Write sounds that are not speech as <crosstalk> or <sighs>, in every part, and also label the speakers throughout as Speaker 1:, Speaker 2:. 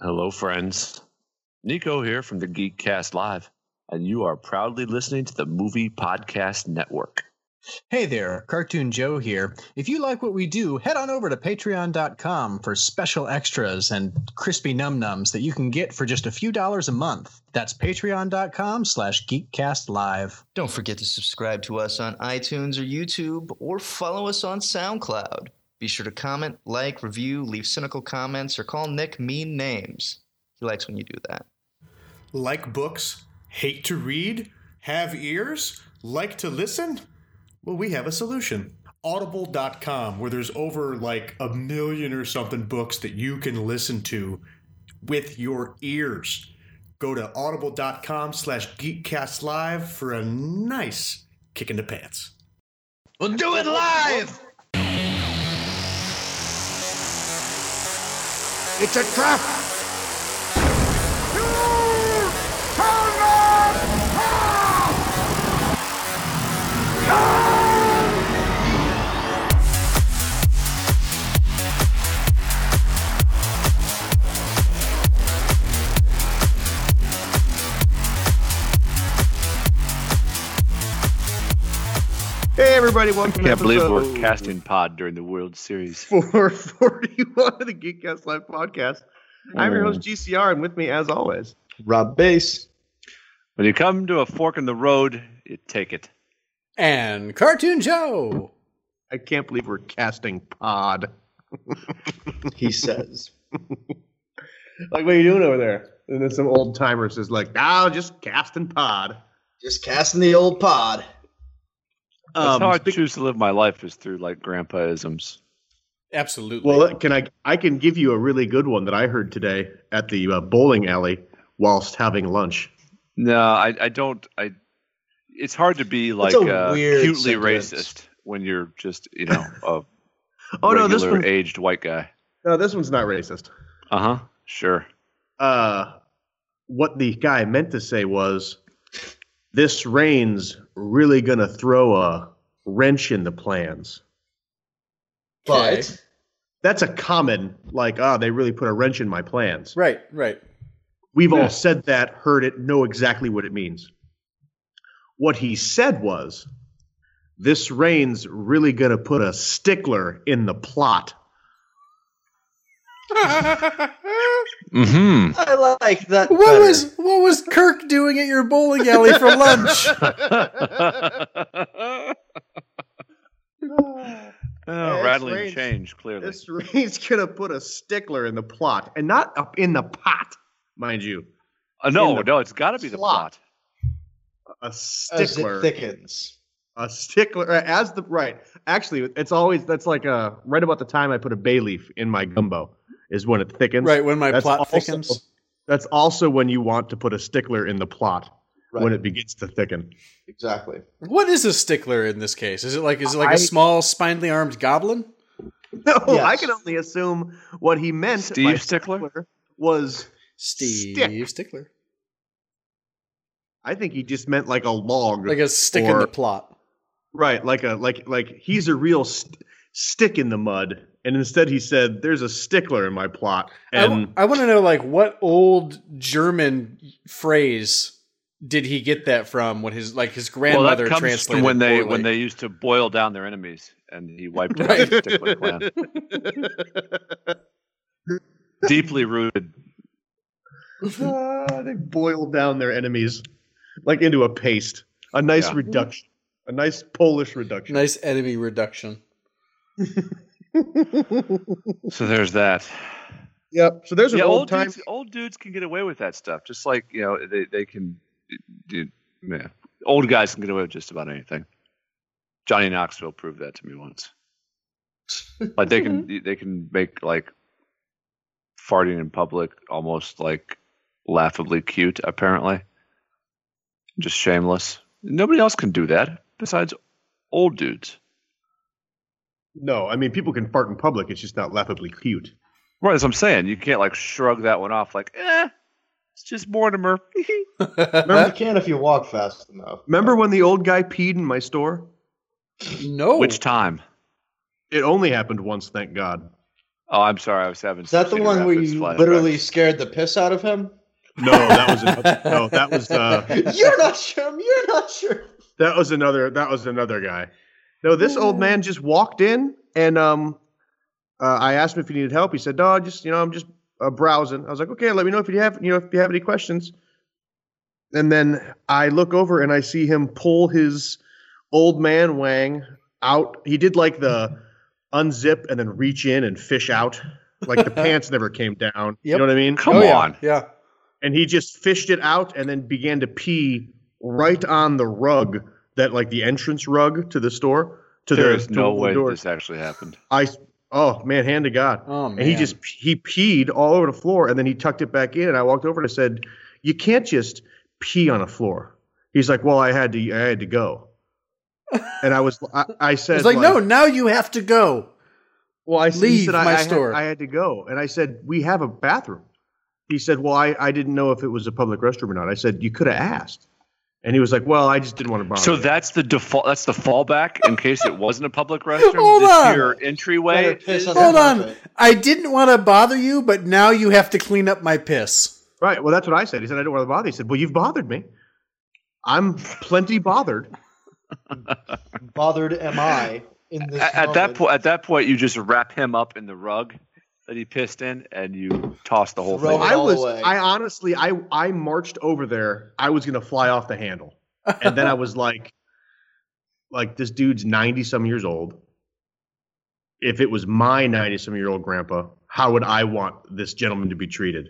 Speaker 1: Hello, friends. Nico here from the Geekcast Live, and you are proudly listening to the Movie Podcast Network.
Speaker 2: Hey there, Cartoon Joe here. If you like what we do, head on over to patreon.com for special extras and crispy num nums that you can get for just a few dollars a month. That's patreon.com slash geekcastlive.
Speaker 3: Don't forget to subscribe to us on iTunes or YouTube or follow us on SoundCloud. Be sure to comment, like, review, leave cynical comments, or call Nick mean names. He likes when you do that.
Speaker 4: like books, hate to read, have ears, like to listen? Well, we have a solution. Audible.com, where there's over like a million or something books that you can listen to with your ears. Go to audible.com slash geekcast live for a nice kick in the pants.
Speaker 5: We'll do it live. It's a trap.
Speaker 6: Hey everybody, welcome
Speaker 1: Can't
Speaker 6: to
Speaker 1: believe
Speaker 6: episode
Speaker 1: we're casting pod during the World Series.
Speaker 6: <laughs> 441 of the Geekcast Live podcast. I'm your host GCR, and with me, as always,
Speaker 7: Rob Bass.
Speaker 1: When you come to a fork in the road, you take it.
Speaker 2: And Cartoon Joe!
Speaker 6: I can't believe we're casting pod.
Speaker 7: He says,
Speaker 6: <laughs> Like, what are you doing over there? And then some old timer says, like, now just casting pod.
Speaker 5: Just casting the old pod.
Speaker 1: That's how I
Speaker 6: Um, speak-
Speaker 1: choose to live my life is through like grandpaisms.
Speaker 2: Absolutely.
Speaker 6: well, can I? I can give you a really good one that I heard today at the uh, bowling alley whilst having lunch.
Speaker 1: No, I, I don't. I. It's hard to be like
Speaker 5: a
Speaker 1: uh,
Speaker 5: weird
Speaker 1: cutely
Speaker 5: sentence.
Speaker 1: racist when you're just you know a
Speaker 6: <laughs> Oh no, this
Speaker 1: regular
Speaker 6: one.
Speaker 1: aged white guy.
Speaker 6: No, this one's not racist.
Speaker 1: Uh huh. Sure.
Speaker 6: uh, what the guy meant to say was, "This rain's really gonna throw a wrench in the plans."
Speaker 5: But
Speaker 2: Okay.
Speaker 6: That's a common, like, ah, they really put a wrench in my plans.
Speaker 7: right, right.
Speaker 6: We've
Speaker 1: Yeah.
Speaker 6: all said that, heard it, know exactly what it means. What he said was, "This rain's really gonna put a stickler in the plot." Mm-hmm.
Speaker 1: Mm
Speaker 5: I like that.
Speaker 2: What
Speaker 5: better.
Speaker 2: was what was Kirk doing at your bowling alley <laughs> for lunch?
Speaker 1: hmm.
Speaker 6: <laughs>
Speaker 1: Oh,
Speaker 6: it's
Speaker 1: rattling
Speaker 6: range.
Speaker 1: change clearly.
Speaker 6: This rain's <laughs> gonna put a stickler in the plot, and not up in the pot, mind you.
Speaker 1: Uh, no,
Speaker 6: in the
Speaker 1: no, it's got to be the
Speaker 6: slot.
Speaker 1: plot.
Speaker 6: a
Speaker 5: as
Speaker 6: stickler.
Speaker 5: it thickens?
Speaker 6: a stickler uh, as the right. Actually, it's always that's like uh right about the time I put a bay leaf in my gumbo is when it thickens.
Speaker 7: Right when my
Speaker 6: That's
Speaker 7: plot
Speaker 6: also-
Speaker 7: thickens.
Speaker 6: That's also when you want to put a stickler in the plot
Speaker 5: Right.
Speaker 6: when it begins to thicken.
Speaker 5: exactly.
Speaker 7: What is a stickler in this case? Is it like is it like a
Speaker 6: I-
Speaker 7: small spindly armed goblin?
Speaker 6: <laughs> No, I
Speaker 5: Yes.
Speaker 6: can only assume what he meant
Speaker 1: Steve
Speaker 6: by
Speaker 1: Stickler?
Speaker 6: was
Speaker 7: Steve
Speaker 6: Stick.
Speaker 7: Stickler.
Speaker 6: I think he just meant like a log.
Speaker 7: Like a stick in
Speaker 6: Or-
Speaker 7: the plot.
Speaker 6: right, like a like like he's a real st- stick in the mud. And instead he said there's a stickler in my plot.
Speaker 7: I w-
Speaker 6: And
Speaker 7: I want to know like what old German phrase did he get that from when his like his
Speaker 1: Well,
Speaker 7: grandmother
Speaker 1: that comes
Speaker 7: translated
Speaker 1: from when they
Speaker 7: poorly?
Speaker 1: when they used to boil down their enemies, and he
Speaker 7: <laughs>
Speaker 1: wiped out
Speaker 7: <laughs> Right.
Speaker 1: the Stickler clan. Deeply rooted.
Speaker 6: <laughs> Ah, they boil down their enemies like into a paste. A nice
Speaker 1: Yeah.
Speaker 6: reduction. A nice Polish reduction.
Speaker 7: nice enemy reduction.
Speaker 1: So there's that.
Speaker 6: <laughs> Yep. So there's an
Speaker 1: yeah,
Speaker 6: old,
Speaker 1: old,
Speaker 6: time.
Speaker 1: dudes, old dudes can get away with that stuff. Just like you know, they they can. Dude, yeah. old guys can get away with just about anything. Johnny Knoxville proved that to me once. Like they can they can make like farting in public almost like laughably cute. Apparently, just shameless. Nobody else can do that besides old dudes.
Speaker 6: No, I mean people can fart in public. It's just not laughably cute.
Speaker 1: Right, that's what I'm saying. You can't like shrug that one off like, eh, it's just <laughs> Mortimer.
Speaker 5: you can if you walk fast enough.
Speaker 6: Remember when the old guy peed in my store?
Speaker 7: no.
Speaker 1: Which time?
Speaker 6: It only happened once, thank God.
Speaker 1: Oh, I'm sorry. I was having.
Speaker 5: Is that the one where you literally scared the piss out of him?
Speaker 6: No, that was another, no, that was uh,
Speaker 5: You're not sure. You're not sure.
Speaker 6: that was another that was another guy. No, this old man just walked in and um, uh, I asked him if he needed help. He said, "No, I just you know I'm just uh, browsing." I was like, "Okay, let me know if you have you know if you have any questions." And then I look over and I see him pull his old man Wang out. He did like the unzip and then reach in and fish out. Like the pants never came down. You
Speaker 7: Yep.
Speaker 6: know what I mean?
Speaker 1: Come
Speaker 7: Oh, yeah.
Speaker 1: on.
Speaker 7: Yeah.
Speaker 6: and he just fished it out and then began to pee right on the rug that like the entrance rug to the store to
Speaker 1: there
Speaker 6: the
Speaker 1: is
Speaker 6: to
Speaker 1: no
Speaker 6: the
Speaker 1: way
Speaker 6: door.
Speaker 1: this actually happened.
Speaker 6: I oh man, hand to God.
Speaker 7: Oh man.
Speaker 6: and he just he peed all over the floor and then he tucked it back in and I walked over and I said, "You can't just pee on a floor." He's like, "Well, I had to I had to go." And I was I, I said
Speaker 7: It's like, no, now you have to go.
Speaker 6: well, I said, he
Speaker 7: Leave
Speaker 6: said, I-
Speaker 7: my
Speaker 6: I had-
Speaker 7: store.
Speaker 6: I had to go, and I said, "We have a bathroom." He said, "Well, I, I didn't know if it was a public restroom or not." I said, "You could have asked," and he was like, "Well, I just didn't want to bother."
Speaker 1: So
Speaker 6: you."
Speaker 1: that's the default. That's the fallback in case it wasn't a <laughs> public restroom.
Speaker 7: Hold
Speaker 1: this
Speaker 7: on.
Speaker 1: Your
Speaker 5: Let her
Speaker 1: entryway. is-
Speaker 5: piss the
Speaker 7: Hold on.
Speaker 5: carpet.
Speaker 7: I didn't want to bother you, but now you have to clean up my piss.
Speaker 6: right? Well, that's what I said. He said, "I don't want to bother." He said, "Well, you've bothered me. I'm plenty bothered."
Speaker 5: Bothered am I in this?
Speaker 1: At, at that
Speaker 5: moment.
Speaker 1: point, at that point, you just wrap him up in the rug that he pissed in, and you toss the whole
Speaker 5: Throw
Speaker 1: thing.
Speaker 5: it
Speaker 1: out.
Speaker 6: I
Speaker 5: all
Speaker 6: was.
Speaker 5: away.
Speaker 6: I honestly, I I marched over there. I was gonna fly off the handle, and then I was like, like this dude's ninety some years old. If it was my ninety some year old grandpa, how would I want this gentleman to be treated?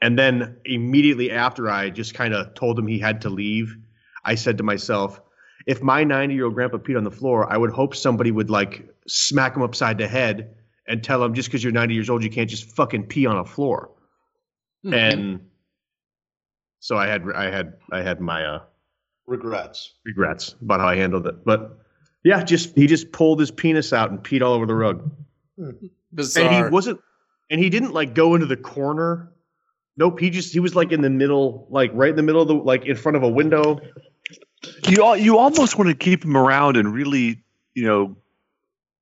Speaker 6: And then immediately after I just kind of told him he had to leave, I said to myself, if my 90 year old grandpa peed on the floor, I would hope somebody would like smack him upside the head and tell him just because you're 90 years old, you can't just fucking pee on a floor. And so I had, I had, I had my uh,
Speaker 5: Regrets.
Speaker 6: regrets about how I handled it. But yeah, just he just pulled his penis out and peed all over the rug.
Speaker 7: Bizarre.
Speaker 6: And he wasn't, and he didn't like go into the corner. Nope, he just he was like in the middle, like right in the middle of the like in front of a window.
Speaker 1: You al- you almost want to keep him around and really, you know,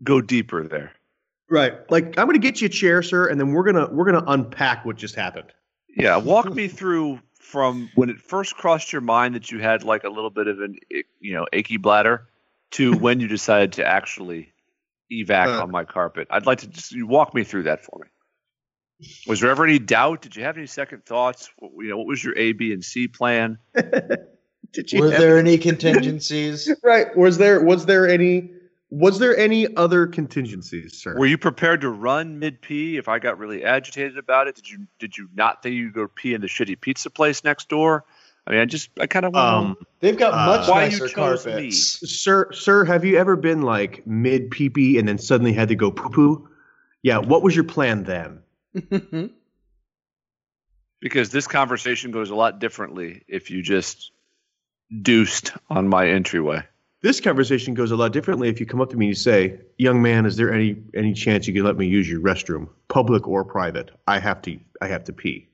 Speaker 1: go deeper there.
Speaker 6: Right. Like I'm gonna get you a chair, sir, and then we're gonna we're gonna unpack what just happened.
Speaker 1: Yeah, walk me through from when it first crossed your mind that you had like a little bit of an ick- you know achy bladder to when you decided to actually evac
Speaker 3: Huh.
Speaker 1: on my carpet. I'd like to just you walk me through that for me. Was there ever any doubt? Did you have any second thoughts? What, you know, what was your A, B, and C plan?
Speaker 6: Did
Speaker 5: Were
Speaker 6: have- <laughs>
Speaker 5: there any contingencies?
Speaker 6: right? Was there was there any was there any other contingencies, sir?
Speaker 1: Were you prepared to run mid pee if I got really agitated about it? Did you did you not think you'd go pee in the shitty pizza place next door? I mean, I just I kind of
Speaker 6: um
Speaker 5: They've got
Speaker 6: Uh,
Speaker 5: much
Speaker 1: Why you
Speaker 5: nicer
Speaker 1: chose me?
Speaker 5: carpets.
Speaker 6: sir sir, have you ever been like mid pee pee and then suddenly had to go poo poo? Yeah, what was your plan then?
Speaker 1: because this conversation goes a lot differently if you just deuced on my entryway.
Speaker 6: This conversation goes a lot differently if you come up to me and you say, "Young man, is there any any chance you can let me use your restroom, public or private? I have to I have to pee."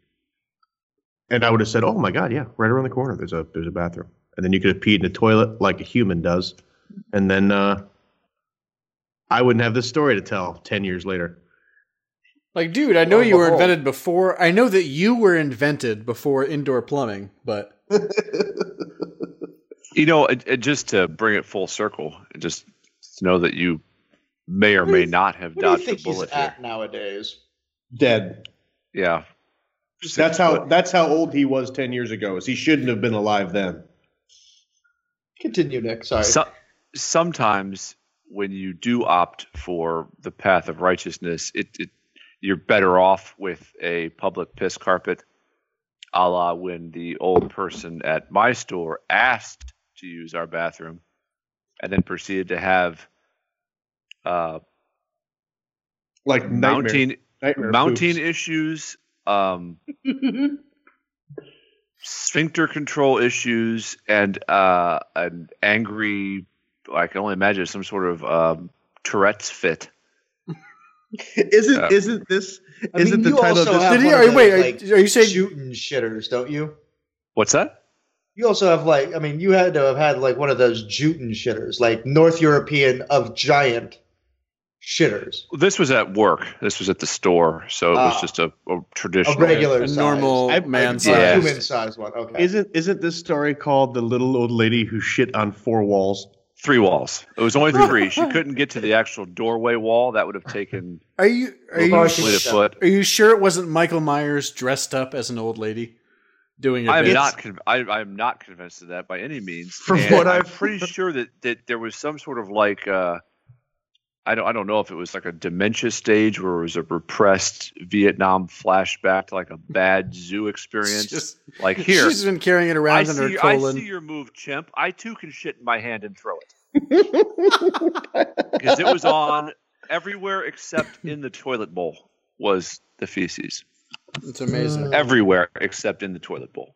Speaker 6: And I would have said, "Oh my God, yeah, right around the corner. There's a there's a bathroom." And then you could have peed in a toilet like a human does, and then uh, I wouldn't have this story to tell ten years later.
Speaker 7: <laughs> like, dude, I know you were
Speaker 5: Whoa.
Speaker 7: invented before. I know that you were invented before indoor plumbing, but
Speaker 1: You know, it, it- just to bring it full circle, and just to know that you may or may not have
Speaker 5: What do you
Speaker 1: dodged
Speaker 5: think
Speaker 1: a
Speaker 5: he's
Speaker 1: bullet here.
Speaker 5: at nowadays?
Speaker 6: Dead.
Speaker 1: Yeah.
Speaker 6: That's how that's how old he was ten years ago. Is he shouldn't have been alive then.
Speaker 5: Continue, Nick. Sorry.
Speaker 1: So, sometimes when you do opt for the path of righteousness, it, it you're better off with a public piss carpet, a la when the old person at my store asked to use our bathroom, and then proceeded to have uh,
Speaker 6: Like nightmare,
Speaker 1: mounting
Speaker 6: nightmare
Speaker 1: mounting <laughs>
Speaker 6: poops.
Speaker 1: issues,
Speaker 5: <laughs>
Speaker 1: um, sphincter control issues, and uh, an angry. I can only imagine some sort of um, Tourette's fit.
Speaker 6: Isn't
Speaker 1: Uh,
Speaker 6: isn't this
Speaker 5: I mean,
Speaker 6: isn't the
Speaker 5: you
Speaker 6: title of
Speaker 5: also
Speaker 6: this?
Speaker 5: have
Speaker 7: did he?
Speaker 5: one
Speaker 7: Are,
Speaker 5: of
Speaker 7: wait,
Speaker 5: those,
Speaker 7: are-
Speaker 5: like,
Speaker 7: are, you saying
Speaker 5: shooting shitters, don't you?
Speaker 1: What's that?
Speaker 5: You also have like, I mean, you had to have had like one of those Juten shitters, like North European of giant. shitters.
Speaker 1: This was at work. This was at the store, so it was
Speaker 5: Ah.
Speaker 1: just a, a
Speaker 5: A
Speaker 1: traditional.
Speaker 5: regular
Speaker 7: A
Speaker 5: size.
Speaker 7: normal
Speaker 6: I- I-
Speaker 7: man
Speaker 5: A
Speaker 1: Yeah.
Speaker 7: size.
Speaker 5: human size one. Okay.
Speaker 6: Isn't isn't this story called the little old lady who shit on four walls?
Speaker 1: Three walls. It was only three.
Speaker 5: <laughs>
Speaker 1: she couldn't get to the actual doorway wall. That would have taken
Speaker 7: Are you are you
Speaker 5: Well,
Speaker 1: probably a
Speaker 5: she-
Speaker 1: foot.
Speaker 7: are you sure it wasn't Michael Myers dressed up as an old lady doing a
Speaker 1: I am
Speaker 7: bit? <laughs>
Speaker 1: not. Con- I, I am not convinced of that by any means.
Speaker 6: From
Speaker 1: And
Speaker 6: what
Speaker 1: I'm
Speaker 6: I've-
Speaker 1: pretty sure that that there was some sort of like. Uh, I don't. I don't know if it was like a dementia stage where it was a repressed Vietnam flashback to like a bad zoo
Speaker 7: It's
Speaker 1: experience.
Speaker 7: just-
Speaker 1: like here,
Speaker 7: She's been carrying it
Speaker 1: I
Speaker 7: around in
Speaker 1: see,
Speaker 7: her
Speaker 1: your- I
Speaker 7: colon.
Speaker 1: see your move, chimp. I too can shit in my hand and throw it. Because it was on everywhere except in the toilet bowl was the feces.
Speaker 7: It's amazing.
Speaker 1: Everywhere except in the toilet bowl.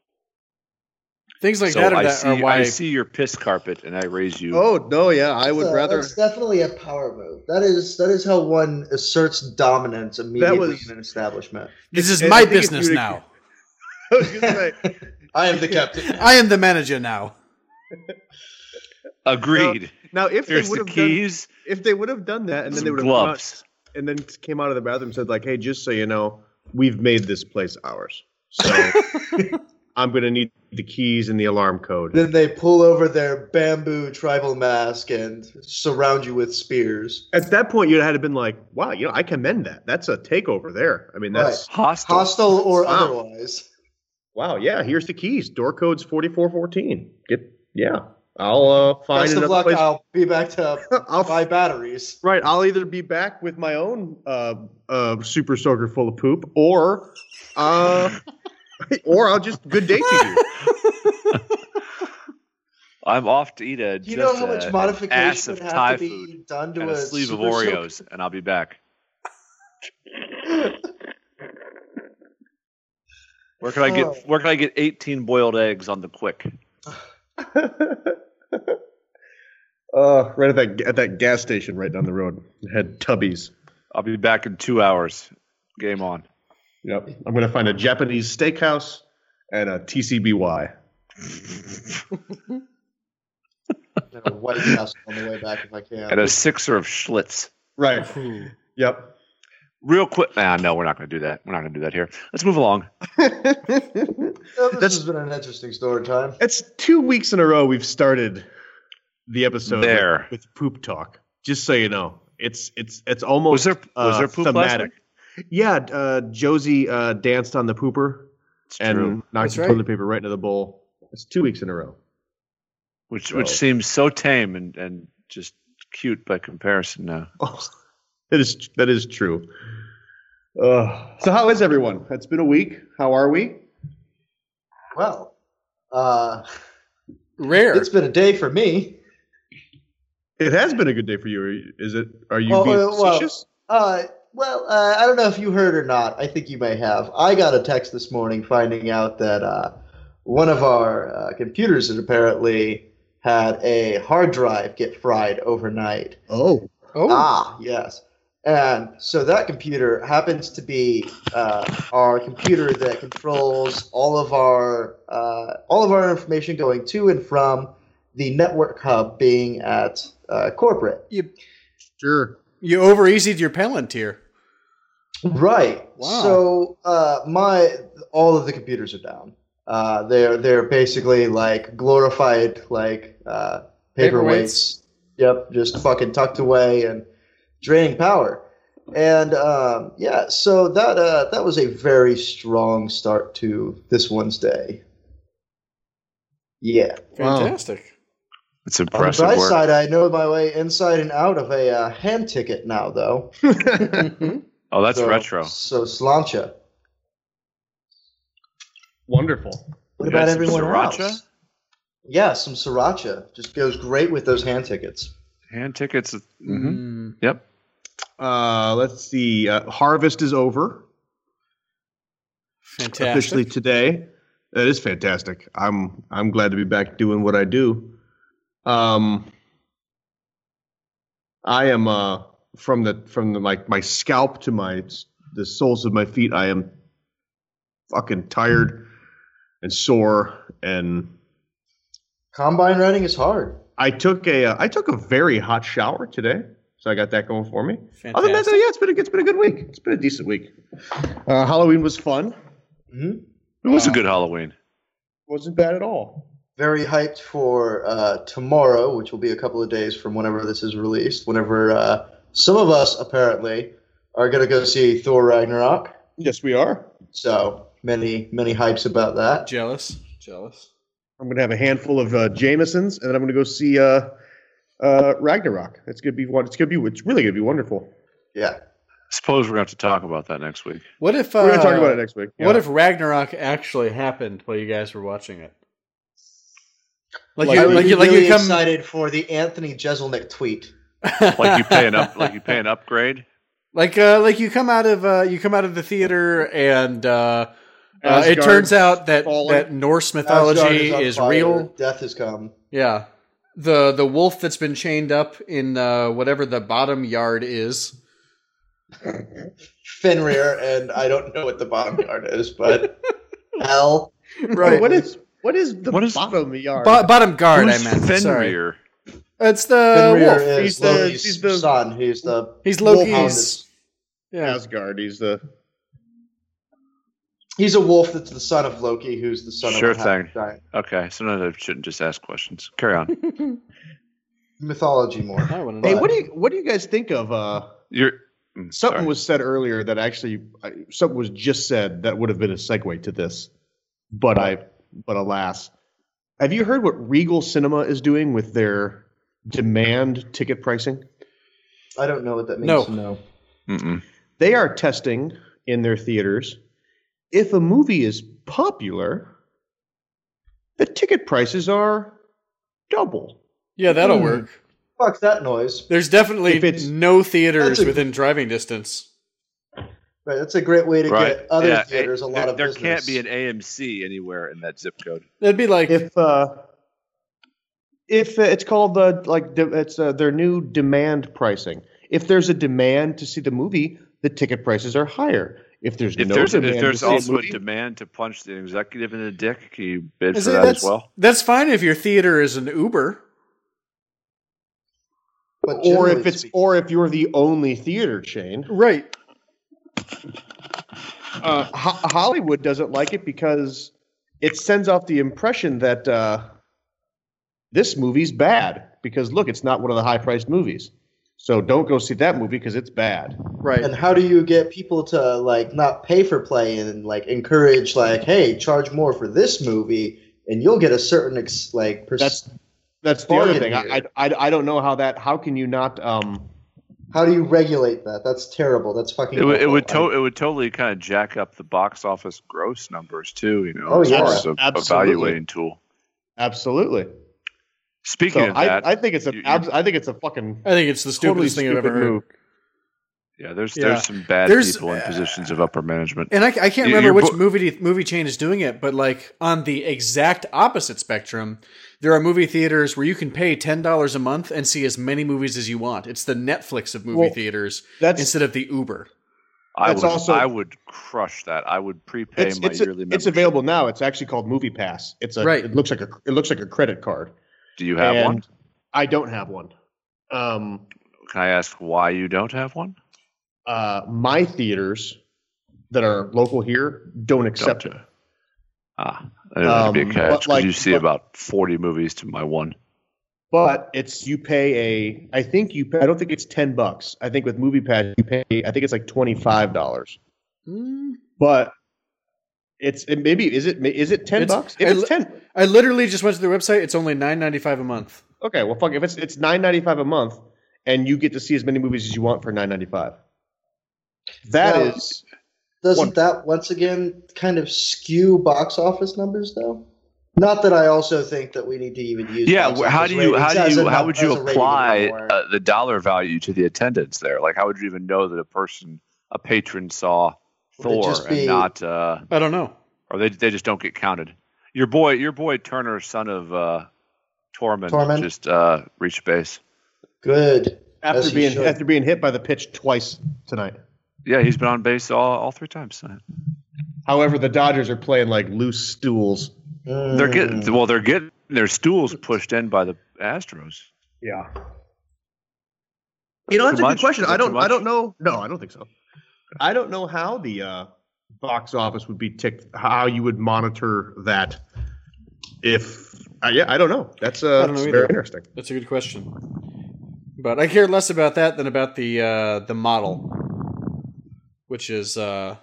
Speaker 7: Things like
Speaker 1: so
Speaker 7: that, are,
Speaker 1: I,
Speaker 7: that are
Speaker 1: see,
Speaker 7: why
Speaker 1: I see your piss carpet and I raise you.
Speaker 6: Oh no, yeah, I would
Speaker 5: That's a-
Speaker 6: rather.
Speaker 5: That's definitely a power move. That is that is how one asserts dominance immediately
Speaker 6: was-
Speaker 5: in an establishment.
Speaker 7: this is
Speaker 6: I
Speaker 7: my
Speaker 6: think if
Speaker 7: business
Speaker 1: <laughs>
Speaker 6: you-
Speaker 7: now.
Speaker 6: <laughs> I was gonna say,
Speaker 5: <laughs> I am the captain.
Speaker 7: I am the manager now.
Speaker 1: Agreed.
Speaker 6: now if they
Speaker 1: Here's
Speaker 6: would
Speaker 1: the
Speaker 6: have done,
Speaker 1: keys,
Speaker 6: if they would have done that, and then they
Speaker 1: some
Speaker 6: would have come out-
Speaker 1: gloves.
Speaker 6: and then came out of the bathroom and said like, "Hey, just so you know, we've made this place ours,
Speaker 1: <laughs>
Speaker 6: so I'm gonna need the keys and the alarm code."
Speaker 5: then they pull over their bamboo tribal mask and surround you with spears.
Speaker 6: At that point, you'd have been like, "Wow, you know, I commend that. That's a takeover there. I mean, that's
Speaker 1: Hostile.
Speaker 5: Hostile or
Speaker 6: Wow.
Speaker 5: otherwise.
Speaker 6: wow, yeah. Here's the keys. Door code's forty four fourteen. Get yeah. I'll uh, find
Speaker 5: Best
Speaker 6: another
Speaker 5: of luck,
Speaker 6: place.
Speaker 5: I'll be back to <laughs>
Speaker 6: I'll
Speaker 5: buy batteries.
Speaker 6: Right. I'll either be back with my own uh, uh, super soaker full of poop, or uh, <laughs> or I'll just good day to you.
Speaker 1: I'm off to eat a
Speaker 5: Do you
Speaker 1: just
Speaker 5: know how much
Speaker 1: a- an ass
Speaker 5: modification
Speaker 1: of
Speaker 5: would have
Speaker 1: Thai
Speaker 5: to be
Speaker 1: food
Speaker 5: done to
Speaker 1: and
Speaker 5: a,
Speaker 1: a sleeve of
Speaker 5: super soak-
Speaker 1: Oreos, and I'll be back. Where can I get?
Speaker 5: Oh.
Speaker 1: Where can I get 18 boiled eggs on the quick?
Speaker 6: <laughs> Uh, right at that at that gas station right down the road. It had Tubby's.
Speaker 1: I'll be back in two hours. Game on.
Speaker 6: Yep. I'm gonna find a Japanese steakhouse and a TCBY.
Speaker 5: <laughs> And a White Castle on the way back if I can.
Speaker 1: And a sixer of Schlitz.
Speaker 6: Right. Yep.
Speaker 1: Real quick. Nah, no, we're not going to do that. We're not going to do that here. Let's move along.
Speaker 5: Oh, this
Speaker 6: That's-
Speaker 5: has been an interesting story time.
Speaker 6: It's two weeks in a row we've started the episode
Speaker 1: There.
Speaker 6: with, with poop talk. Just so you know, it's it's it's almost
Speaker 1: Was there was
Speaker 6: uh,
Speaker 1: there poop last
Speaker 6: thematic.
Speaker 1: week?
Speaker 6: Yeah, uh, Josie uh, danced on the pooper
Speaker 1: It's
Speaker 6: and
Speaker 1: true.
Speaker 6: knocked
Speaker 7: That's
Speaker 6: the
Speaker 7: right.
Speaker 6: toilet paper right into the bowl. It's two weeks in a row. <laughs>
Speaker 1: Which which
Speaker 6: so-
Speaker 1: seems so tame and and just cute by comparison now.
Speaker 6: that is that is true. Uh, so how is everyone? It's been a week. How are we?
Speaker 5: Well, uh,
Speaker 7: Rare.
Speaker 5: it's been a day for me.
Speaker 6: It has been a good day for you. Is it? Are you
Speaker 5: Well,
Speaker 6: being
Speaker 5: uh, well-
Speaker 6: facetious?
Speaker 5: Uh, well, uh, I don't know if you heard or not. I think you may have. I got a text this morning finding out that uh, one of our uh, computers had apparently had a hard drive get fried overnight.
Speaker 6: Oh,
Speaker 7: oh, <laughs>
Speaker 5: Ah, yes. And so that computer happens to be uh, our computer that controls all of our uh, all of our information going to and from the network hub being at uh, corporate.
Speaker 6: sure.
Speaker 7: you over easied your Palantir.
Speaker 5: Right.
Speaker 7: Wow.
Speaker 5: So uh, my all of the computers are down. Uh, they're they're basically like glorified like uh, paperweights. Yep, just fucking tucked away and draining power. And um, yeah, so that uh, that was a very strong start to this Wednesday. Yeah.
Speaker 6: Wow.
Speaker 7: Fantastic.
Speaker 1: It's
Speaker 5: On the
Speaker 1: impressive
Speaker 5: bright
Speaker 1: work.
Speaker 5: side, I know my way inside and out of a uh, hand ticket now, though.
Speaker 1: Oh, that's
Speaker 5: So-
Speaker 1: retro.
Speaker 5: So slancha.
Speaker 6: Wonderful.
Speaker 5: What
Speaker 1: You got
Speaker 5: about
Speaker 1: some
Speaker 5: everyone
Speaker 1: sriracha?
Speaker 5: else? Yeah, some sriracha just goes great with those hand tickets.
Speaker 1: Hand tickets.
Speaker 5: Mm-hmm.
Speaker 1: mhm.
Speaker 6: Mm-hmm.
Speaker 7: Mm.
Speaker 1: Yep.
Speaker 6: Uh, let's see. Uh, harvest is over.
Speaker 7: Fantastic.
Speaker 6: officially today. That is fantastic. I'm I'm glad to be back doing what I do. Um, I am uh from the from the like my scalp to my the soles of my feet. I am fucking tired and sore and
Speaker 5: Combine riding is hard.
Speaker 6: I took a uh, I took a very hot shower today. So I got that going for me.
Speaker 7: Fantastic.
Speaker 6: Other than that, though, yeah, it's been a it's been a good week. It's been a decent week. Uh, Halloween was fun.
Speaker 5: Mhm.
Speaker 1: mm-hmm. It was a good Halloween.
Speaker 6: wasn't bad at all.
Speaker 5: Very hyped for uh, tomorrow, which will be a couple of days from whenever this is released. Whenever uh, some of us apparently are going to go see Thor Ragnarok.
Speaker 6: Yes, we are.
Speaker 5: So many, many hypes about that.
Speaker 7: Jealous. Jealous.
Speaker 6: I'm gonna have a handful of uh, Jamesons, and then I'm gonna go see uh, uh, Ragnarok. It's gonna be what it's gonna be. It's really gonna be wonderful.
Speaker 5: Yeah.
Speaker 1: I suppose we're going to have to talk about that next week.
Speaker 7: What if uh,
Speaker 6: We're gonna talk about it next week.
Speaker 7: What
Speaker 6: Yeah.
Speaker 7: if Ragnarok actually happened while you guys were watching it? Like,
Speaker 6: Like,
Speaker 7: you,
Speaker 5: I
Speaker 7: like,
Speaker 5: would be
Speaker 7: you, like
Speaker 5: really
Speaker 7: you come.
Speaker 5: excited for the Anthony Jeselnik tweet.
Speaker 1: <laughs>
Speaker 7: <laughs>
Speaker 1: Like you pay an up, like you pay an
Speaker 6: <laughs>
Speaker 1: upgrade.
Speaker 7: like uh, like you come out of uh, you come out of the theater and uh, uh, it
Speaker 6: Asgard's
Speaker 7: turns out that
Speaker 6: fallen.
Speaker 7: that Norse mythology
Speaker 5: Asgard
Speaker 7: is
Speaker 5: on fire.
Speaker 7: real.
Speaker 5: Death has come.
Speaker 7: Yeah, the the wolf that's been chained up in uh, whatever the bottom yard is.
Speaker 5: Fenrir, and I don't know what the bottom yard
Speaker 7: <laughs>
Speaker 5: is, but hell.
Speaker 6: Wait, Oh, What is what is the
Speaker 1: What is-
Speaker 6: bottom yard?
Speaker 7: Bo- bottom guard? I
Speaker 1: Who's
Speaker 7: meant. Sorry,
Speaker 1: Fenrir?
Speaker 7: it's the
Speaker 5: Fenrir
Speaker 7: wolf.
Speaker 5: is
Speaker 6: Uh, He's the-
Speaker 5: Loki's
Speaker 6: he's the-
Speaker 5: son. He's the
Speaker 7: He's
Speaker 5: wolf hound
Speaker 7: Loki's.
Speaker 5: that's-
Speaker 7: Yeah,
Speaker 6: Asgard. He's the
Speaker 5: He's a wolf that's the son of Loki, who's the son
Speaker 1: Sure
Speaker 5: of a half
Speaker 1: thing.
Speaker 5: giant.
Speaker 1: Okay, sometimes I shouldn't just ask questions. Carry
Speaker 5: <laughs>
Speaker 1: on.
Speaker 5: Mythology more.
Speaker 7: I wouldn't
Speaker 6: Hey,
Speaker 7: know.
Speaker 6: what do you what do you guys think of uh
Speaker 1: You're mm,
Speaker 6: something
Speaker 1: sorry.
Speaker 6: was said earlier that actually I, something was just said that would have been a segue to this, but I but alas, have you heard what Regal Cinema is doing with their demand ticket pricing?
Speaker 5: I don't know what that means.
Speaker 7: No.
Speaker 1: Mm-mm.
Speaker 6: They are testing in their theaters if a movie is popular, the ticket prices are double.
Speaker 7: Yeah, that'll
Speaker 5: Hmm.
Speaker 7: work.
Speaker 5: Fuck that noise.
Speaker 7: There's definitely
Speaker 6: If it's-
Speaker 7: no theaters
Speaker 5: That's a-
Speaker 7: within driving distance.
Speaker 5: Right, that's a great way to
Speaker 1: Right.
Speaker 5: get other
Speaker 1: Yeah,
Speaker 5: theaters a lot
Speaker 1: there,
Speaker 5: of
Speaker 1: there
Speaker 5: business.
Speaker 1: can't be an AMC anywhere in that zip code.
Speaker 7: That'd be like
Speaker 6: If uh, if uh, it's called the like de- it's uh, their new demand pricing. If there's a demand to see the movie, the ticket prices are higher. If there's
Speaker 1: If
Speaker 6: no
Speaker 1: there's
Speaker 6: demand,
Speaker 1: if there's
Speaker 6: to see
Speaker 1: also a
Speaker 6: movie,
Speaker 1: demand to punch the executive in the dick, can you bid
Speaker 7: Is
Speaker 1: for
Speaker 7: it-
Speaker 1: that as
Speaker 7: that's,
Speaker 1: well?
Speaker 7: that's fine if your theater is an Uber.
Speaker 5: But
Speaker 6: or
Speaker 5: generally
Speaker 6: if it's
Speaker 5: speaking-
Speaker 6: or if you're the only theater chain,
Speaker 7: Right.
Speaker 6: uh, Ho- Hollywood doesn't like it because it sends off the impression that uh, this movie's bad because look, it's not one of the high-priced movies. So don't go see that movie because it's bad.
Speaker 7: Right.
Speaker 5: and how do you get people to like not pay for play and like encourage like, hey, charge more for this movie, and you'll get a certain ex- like pers-
Speaker 6: That's that's the other
Speaker 5: Bargain
Speaker 6: thing. I,
Speaker 5: here.
Speaker 6: I I don't know how that. How can you not? Um,
Speaker 5: How do you regulate that? That's terrible. That's fucking.
Speaker 1: It would, it
Speaker 5: awful.
Speaker 1: would,
Speaker 5: I-
Speaker 1: to- it would totally kind of jack up the box office gross numbers too. You know,
Speaker 5: Oh, yeah.
Speaker 1: It's just a, a
Speaker 6: Absolutely.
Speaker 1: evaluating tool.
Speaker 6: absolutely. So
Speaker 1: Speaking of that,
Speaker 6: I, I think it's a
Speaker 1: you-
Speaker 6: abs- I think it's a fucking
Speaker 7: I think it's the
Speaker 6: totally
Speaker 7: stupidest thing
Speaker 6: stupid
Speaker 7: I've ever heard.
Speaker 6: move.
Speaker 1: yeah, there's
Speaker 7: yeah.
Speaker 1: there's some bad
Speaker 7: There's,
Speaker 1: people in
Speaker 7: uh,
Speaker 1: positions of upper management.
Speaker 7: And I, I can't
Speaker 1: You-
Speaker 7: remember
Speaker 1: you're
Speaker 7: which
Speaker 1: bo-
Speaker 7: movie movie chain is doing it, but like on the exact opposite spectrum, there are movie theaters where you can pay ten dollars a month and see as many movies as you want. It's the Netflix of movie
Speaker 6: Well,
Speaker 7: theaters
Speaker 6: That's
Speaker 7: instead of the Uber.
Speaker 1: I
Speaker 6: that's
Speaker 1: would,
Speaker 6: also-
Speaker 1: I would crush that. I would prepay
Speaker 6: it's
Speaker 1: my
Speaker 6: it's,
Speaker 1: yearly
Speaker 6: it's
Speaker 1: membership.
Speaker 6: available now. It's actually called Movie Pass. It's a
Speaker 7: Right.
Speaker 6: It looks like a it looks like a credit card.
Speaker 1: Do you have
Speaker 6: And
Speaker 1: one?
Speaker 6: I don't have one. Um,
Speaker 1: Can I ask why you don't have one?
Speaker 6: uh, my theaters that are local here don't accept
Speaker 1: Don't.
Speaker 6: it.
Speaker 1: Ah, I don't want to be
Speaker 6: Um,
Speaker 1: a catch
Speaker 6: but,
Speaker 1: because
Speaker 6: like,
Speaker 1: you see
Speaker 6: but-
Speaker 1: about forty movies to my one.
Speaker 6: But it's you pay a. I think you. Pay, I don't think it's ten bucks. I think with Movie Pass you pay. I think it's like twenty five dollars.
Speaker 7: Hmm.
Speaker 6: but it's it maybe is it is it ten
Speaker 7: It's-
Speaker 6: bucks? If
Speaker 7: I
Speaker 6: it's
Speaker 7: li-
Speaker 6: ten,
Speaker 7: I literally just went to their website. It's only nine ninety five a month.
Speaker 6: okay. Well, fuck. If it's it's nine ninety five a month, and you get to see as many movies as you want for nine ninety five. That
Speaker 5: Now,
Speaker 6: is
Speaker 5: Doesn't that once again kind of skew box office numbers though? Not that I also think that we need to even use.
Speaker 1: Yeah,
Speaker 5: box
Speaker 1: wh- how
Speaker 5: office
Speaker 1: do you how
Speaker 5: ratings
Speaker 1: do
Speaker 5: as
Speaker 1: you
Speaker 5: a-
Speaker 1: how would you
Speaker 5: as a rating
Speaker 1: apply
Speaker 5: anymore.
Speaker 1: uh, the dollar value to the attendance there? Like, how would you even know that a person, a patron, saw
Speaker 5: Would it
Speaker 1: Thor
Speaker 5: just
Speaker 1: and
Speaker 5: be-
Speaker 1: not, uh,
Speaker 7: I don't know.
Speaker 1: or they they just don't get counted? Your boy, your boy Turner, son of uh, Tormund,
Speaker 5: Tormund?
Speaker 1: just uh, reached base.
Speaker 5: Good. Yes,
Speaker 6: after
Speaker 5: you
Speaker 6: being
Speaker 5: should.
Speaker 6: after being hit by the pitch twice tonight.
Speaker 1: Yeah, he's been on base all, all three times. tonight.
Speaker 6: However, the Dodgers are playing like loose stools.
Speaker 1: They're
Speaker 5: Mm.
Speaker 6: Hmm.
Speaker 1: getting well, they're getting their stools pushed in by the Astros.
Speaker 6: Yeah. You know, that's
Speaker 1: Too
Speaker 6: a
Speaker 1: much?
Speaker 6: good question.
Speaker 1: Is that
Speaker 6: I
Speaker 1: too
Speaker 6: don't. I
Speaker 1: much?
Speaker 6: don't know. No, I don't think so. I don't know how the uh, box office would be ticked. How you would monitor that? If uh, yeah, I don't know. That's uh,
Speaker 7: I don't know
Speaker 6: it's
Speaker 7: either.
Speaker 6: very interesting.
Speaker 7: That's a good question. But I care less about that than about the uh, the model, which is uh,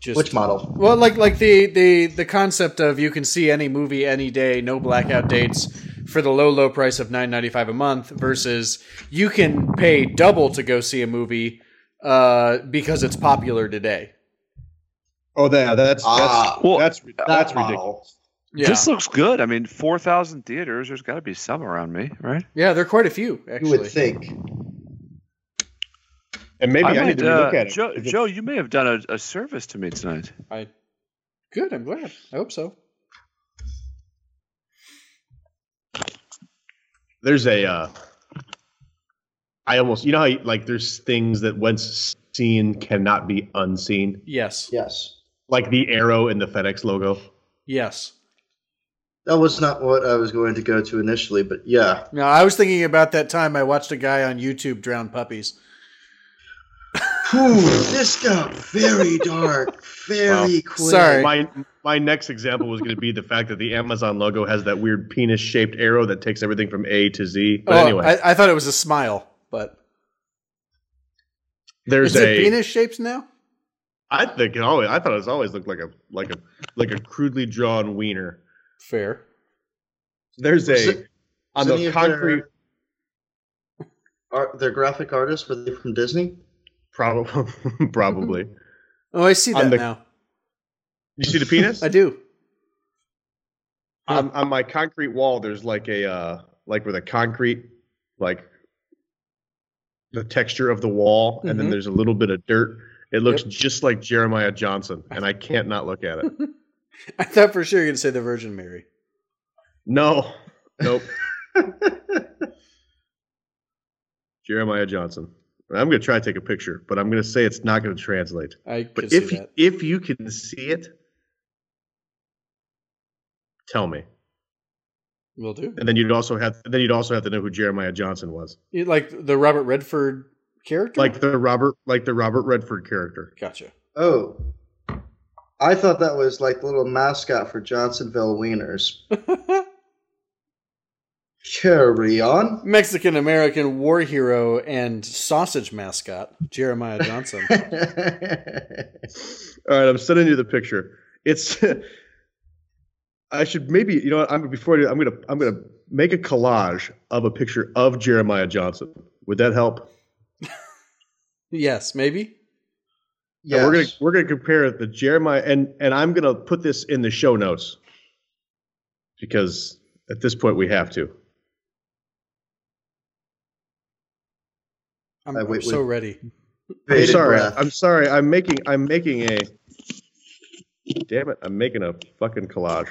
Speaker 7: just
Speaker 5: Which model?
Speaker 7: well, like like the the the concept of you can see any movie any day, no blackout dates for the low low price of nine ninety five a month versus you can pay double to go see a movie uh, because it's popular today.
Speaker 6: Oh, yeah, that's
Speaker 5: Ah,
Speaker 1: Well,
Speaker 6: that's
Speaker 5: that
Speaker 6: that's
Speaker 5: model.
Speaker 6: ridiculous.
Speaker 7: Yeah,
Speaker 1: This looks good. I mean, four thousand theaters. There's got to be some around me, right?
Speaker 7: yeah, there are quite a few
Speaker 5: You
Speaker 7: actually.
Speaker 5: would think.
Speaker 6: And maybe I,
Speaker 1: might,
Speaker 6: need to look
Speaker 1: uh,
Speaker 6: at it.
Speaker 1: Joe,
Speaker 6: If it-
Speaker 1: Joe, you may have done a, a service to me tonight.
Speaker 7: I good. I'm glad. I hope so.
Speaker 6: there's a uh I almost you know how you- like there's things that once seen cannot be unseen.
Speaker 7: Yes.
Speaker 5: Yes,
Speaker 6: Like the arrow in the FedEx logo.
Speaker 7: Yes.
Speaker 5: that was not what I was going to go to initially, but yeah,
Speaker 7: No, I was thinking about that time I watched a guy on YouTube drown puppies.
Speaker 5: Whew, this got very dark, very quick.
Speaker 7: sorry. <laughs>
Speaker 6: My my next example was going to be the fact that the Amazon logo has that weird penis shaped arrow that takes everything from A to Z. But
Speaker 7: Oh,
Speaker 6: anyway,
Speaker 7: I, I thought it was a smile, but
Speaker 6: there's
Speaker 7: is it
Speaker 6: a
Speaker 7: penis shapes now?
Speaker 6: I think it always I thought it was always looked like a like a like a crudely drawn wiener.
Speaker 7: Fair.
Speaker 6: There's
Speaker 5: Was
Speaker 6: a
Speaker 5: it-
Speaker 6: on
Speaker 5: Is any
Speaker 6: the
Speaker 5: of
Speaker 6: concrete <laughs>
Speaker 5: Their, are their graphic artists were they from Disney?
Speaker 6: probably probably.
Speaker 7: Oh, I see
Speaker 6: On
Speaker 7: that
Speaker 6: the-
Speaker 7: now.
Speaker 6: You see the
Speaker 7: <laughs>
Speaker 6: penis?
Speaker 7: I do.
Speaker 6: on, on my concrete wall there's like a uh like where the concrete like the texture of the wall and then
Speaker 7: Mhm.
Speaker 6: there's a little bit of dirt it looks
Speaker 7: Yep.
Speaker 6: just like jeremiah johnson and i can't not look at
Speaker 7: <laughs>
Speaker 6: it
Speaker 7: I thought for sure you were going to say the Virgin Mary.
Speaker 6: no nope jeremiah johnson i'm going to try to take a picture but i'm going to say it's not going to translate
Speaker 7: I
Speaker 6: but
Speaker 7: could see
Speaker 6: if
Speaker 7: that.
Speaker 6: if you can see it tell me
Speaker 7: Will do.
Speaker 6: and then you'd also have then you'd also have to know who jeremiah johnson was
Speaker 7: You like the Robert Redford character?
Speaker 6: like the Robert, like the Robert Redford
Speaker 7: <laughs>
Speaker 6: character.
Speaker 7: gotcha.
Speaker 5: Oh, I thought that was like the little mascot for Johnsonville Wieners. Carry on.
Speaker 7: Mexican American war hero and sausage mascot Jeremiah Johnson.
Speaker 6: All right, I'm sending you the picture. It's. <laughs> I should maybe you know what, I'm before I do, I'm gonna I'm gonna make a collage of a picture of Jeremiah Johnson. Would that help?
Speaker 7: yes, maybe.
Speaker 6: Yeah.
Speaker 5: yes.
Speaker 6: We're gonna we're gonna compare the Jeremiah and and I'm gonna put this in the show notes because at this point we have to.
Speaker 7: I'm,
Speaker 5: Uh,
Speaker 7: I'm
Speaker 5: wait,
Speaker 7: so ready.
Speaker 6: I'm
Speaker 5: Bated
Speaker 6: sorry.
Speaker 5: breath.
Speaker 6: I'm sorry. I'm making. I'm making a. Damn it! I'm making a fucking collage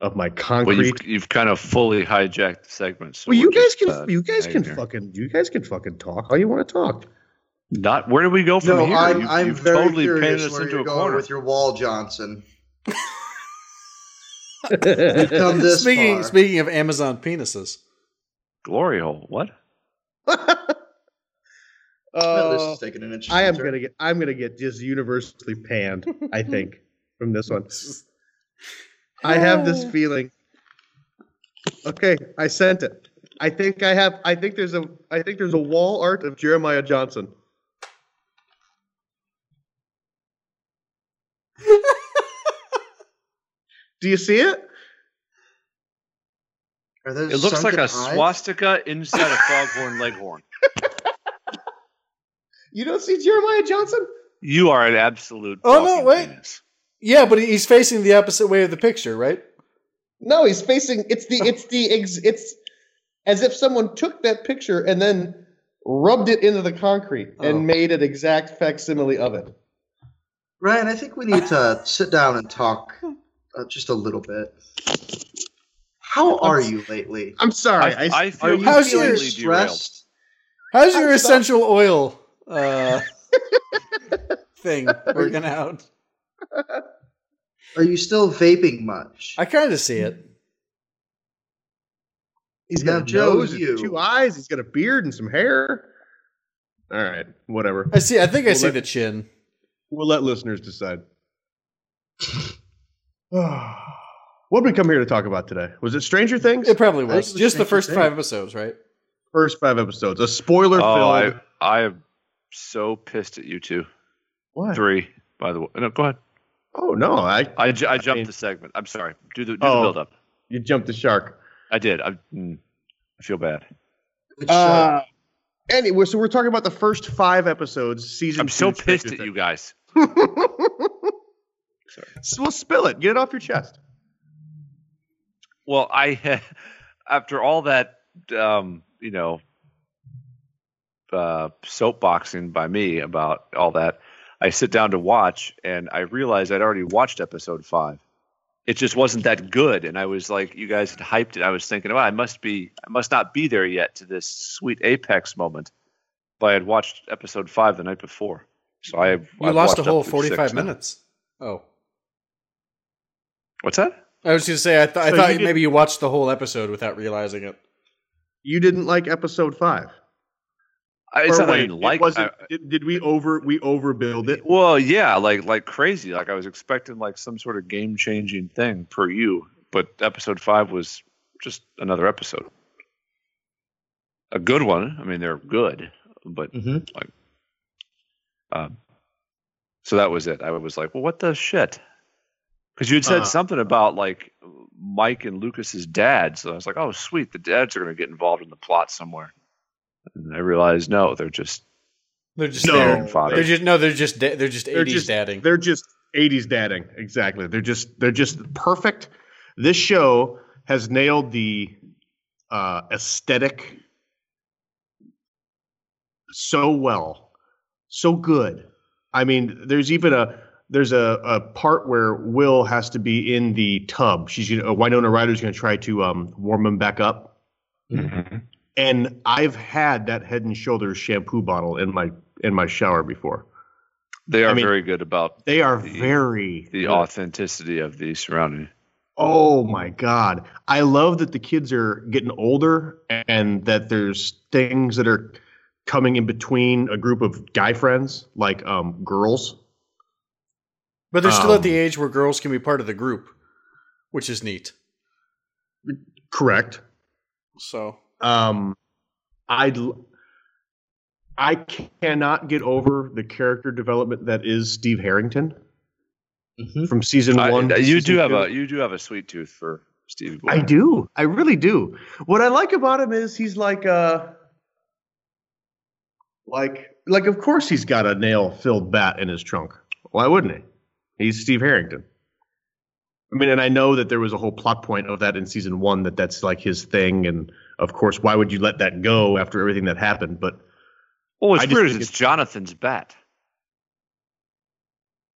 Speaker 6: of my
Speaker 1: Well,
Speaker 6: concrete. Well, you,
Speaker 1: you've, you've kind of fully hijacked the segment. so we're
Speaker 6: guys
Speaker 1: just,
Speaker 6: can.
Speaker 1: uh,
Speaker 6: you guys can
Speaker 1: hanging here.
Speaker 6: fucking. You guys can fucking talk all you want to talk.
Speaker 1: Not where do we go from
Speaker 5: no,
Speaker 1: here?
Speaker 5: I'm,
Speaker 1: You-
Speaker 5: I'm
Speaker 1: you've
Speaker 5: very
Speaker 1: totally painted
Speaker 5: curious
Speaker 1: us
Speaker 5: where
Speaker 1: into
Speaker 5: you're
Speaker 1: a
Speaker 5: going
Speaker 1: corner.
Speaker 5: with your
Speaker 1: <laughs>
Speaker 5: wall, Johnson.
Speaker 6: Um, That's
Speaker 5: Come this
Speaker 7: speaking
Speaker 5: far.
Speaker 7: speaking of Amazon penises,
Speaker 1: Glory hole. What?
Speaker 5: Well, this is taking an interesting
Speaker 6: I am
Speaker 5: turn.
Speaker 6: gonna get. I'm gonna get just universally panned. I think from this one. I have this feeling. Okay, I sent it. I think I have. I think there's a. I think there's a wall art of Jeremiah Johnson. Do you see it?
Speaker 5: Are those
Speaker 1: It looks like
Speaker 5: sunken
Speaker 1: a
Speaker 5: eyes?
Speaker 1: swastika inside a foghorn <laughs> leghorn.
Speaker 6: You don't see Jeremiah Johnson?
Speaker 1: You are an absolute.
Speaker 7: Oh, no,
Speaker 1: walking
Speaker 7: wait.
Speaker 1: penis.
Speaker 7: yeah, but he's facing the opposite way of the picture, right?
Speaker 6: No, he's facing. It's the. It's the. Ex, it's as if someone took that picture and then rubbed it into the concrete and
Speaker 7: Oh.
Speaker 6: made an exact facsimile of it.
Speaker 5: Ryan, I think we need
Speaker 6: <laughs>
Speaker 5: to sit down and talk uh, just a little bit. How are you lately?
Speaker 6: I'm sorry.
Speaker 1: I, I
Speaker 5: Are
Speaker 1: feel
Speaker 5: you
Speaker 7: How's
Speaker 5: feeling
Speaker 7: your-
Speaker 1: completely derailed.
Speaker 5: stressed?
Speaker 7: How's your
Speaker 6: I'm sorry.
Speaker 7: essential oil uh, thing working out?
Speaker 5: Are you still vaping much?
Speaker 7: I kind of see it.
Speaker 6: He's
Speaker 5: Now,
Speaker 6: got a
Speaker 5: Joe,
Speaker 6: nose and
Speaker 5: you-
Speaker 6: two eyes. He's got a beard and some hair. All right, whatever.
Speaker 7: I see. I think I
Speaker 6: Well,
Speaker 7: see
Speaker 6: let-
Speaker 7: the chin.
Speaker 6: We'll let listeners decide. <sighs> what did we come here to talk about today? Was it Stranger Things?
Speaker 7: It probably
Speaker 6: think
Speaker 7: was
Speaker 6: it was
Speaker 7: just the
Speaker 6: Stranger
Speaker 7: first
Speaker 6: Things.
Speaker 7: five episodes, right?
Speaker 6: First five episodes. A spoiler
Speaker 1: Oh, I,
Speaker 6: filled.
Speaker 1: I am so pissed at you two.
Speaker 6: What?
Speaker 1: Three, by the way. No, go ahead.
Speaker 6: Oh no! I
Speaker 1: I, ju- I jumped
Speaker 6: mean-
Speaker 1: the segment. I'm sorry. Do the, do the
Speaker 6: Oh.
Speaker 1: build up.
Speaker 6: you jumped the shark.
Speaker 1: I did. I, mm, I feel bad.
Speaker 5: Which, uh,
Speaker 6: Uh, anyway, so we're talking about the first five episodes, season.
Speaker 1: I'm
Speaker 6: two
Speaker 1: so
Speaker 6: of
Speaker 1: pissed at
Speaker 6: Stranger
Speaker 1: you guys.
Speaker 6: <laughs> Things. So we'll spill it. Get it off your chest.
Speaker 1: Well, I <laughs> after all that, um, you know, uh, soapboxing by me about all that, I sit down to watch, and I realized I'd already watched episode five. It just wasn't that good, and I was like, you guys had hyped it. I was thinking, well, I must be, I must not be there yet to this sweet apex moment. But I had watched episode five the night before, so I you
Speaker 7: You lost a whole forty-five minutes. Oh,
Speaker 1: What's that?
Speaker 7: I was going to say. I, th- I
Speaker 6: So
Speaker 7: thought
Speaker 6: you did-
Speaker 7: maybe you watched the whole episode without realizing it.
Speaker 6: You didn't like episode five.
Speaker 1: I, it's
Speaker 6: Or
Speaker 1: not that I
Speaker 6: wait,
Speaker 1: didn't
Speaker 6: it
Speaker 1: like.
Speaker 6: wasn't-
Speaker 1: I-
Speaker 6: did, did we over we overbuild it?
Speaker 1: Well, yeah, like like crazy. Like I was expecting like some sort of game changing thing per you, but episode five was just another episode. A good one. I mean, they're good, but
Speaker 5: Mm-hmm.
Speaker 3: Mhm.
Speaker 1: like, um, so that was it. I was like, well, what the shit? Because you had said
Speaker 6: Uh.
Speaker 1: something about like Mike and Lucas's dad, so I was like, oh, sweet, the dads are going to get involved in the plot somewhere. And I realized no, they're just
Speaker 7: They're just
Speaker 6: No.
Speaker 7: there.
Speaker 1: parent fodder.
Speaker 7: They're just no. They're just da- they're just
Speaker 6: They're
Speaker 7: eighties
Speaker 6: just-
Speaker 7: dadding.
Speaker 6: They're just 80s dadding. Exactly. They're just they're just perfect. This show has nailed the uh, aesthetic so well, so good. I mean, there's even a there's a, a part where Will has to be in the tub. She's gonna, uh, Winona Ryder's going to try to um, warm him back up. And I've had that Head and Shoulders shampoo bottle in my in my shower before.
Speaker 1: They are
Speaker 6: I mean-
Speaker 1: very good about
Speaker 6: They are
Speaker 1: The-
Speaker 6: very
Speaker 1: the
Speaker 6: good.
Speaker 1: authenticity of the surrounding.
Speaker 6: Oh my God. I love that the kids are getting older and that there's things that are coming in between a group of guy friends, like um, girls.
Speaker 7: but they're still at
Speaker 6: um,
Speaker 7: the age where girls can be part of the group, which is neat.
Speaker 6: Correct.
Speaker 7: So
Speaker 6: Um, I I cannot get over the character development that is Steve Harrington
Speaker 5: Mm-hmm.
Speaker 3: Mhm.
Speaker 6: from season
Speaker 1: I-
Speaker 6: one. to
Speaker 1: you do
Speaker 6: season
Speaker 1: have
Speaker 6: two.
Speaker 1: a you do have a sweet tooth for Stevie Boy.
Speaker 6: I do. I really do. What I like about him is he's like uh like like of course he's got a nail filled bat in his trunk. Why wouldn't he? He's Steve Harrington. I mean, and I know that there was a whole plot point of that in season one that that's like his thing, and of course, why would you let that go after everything that happened? But
Speaker 1: Well, what's
Speaker 6: I just
Speaker 1: weird is Oh,
Speaker 6: think
Speaker 1: it's Jonathan's bat.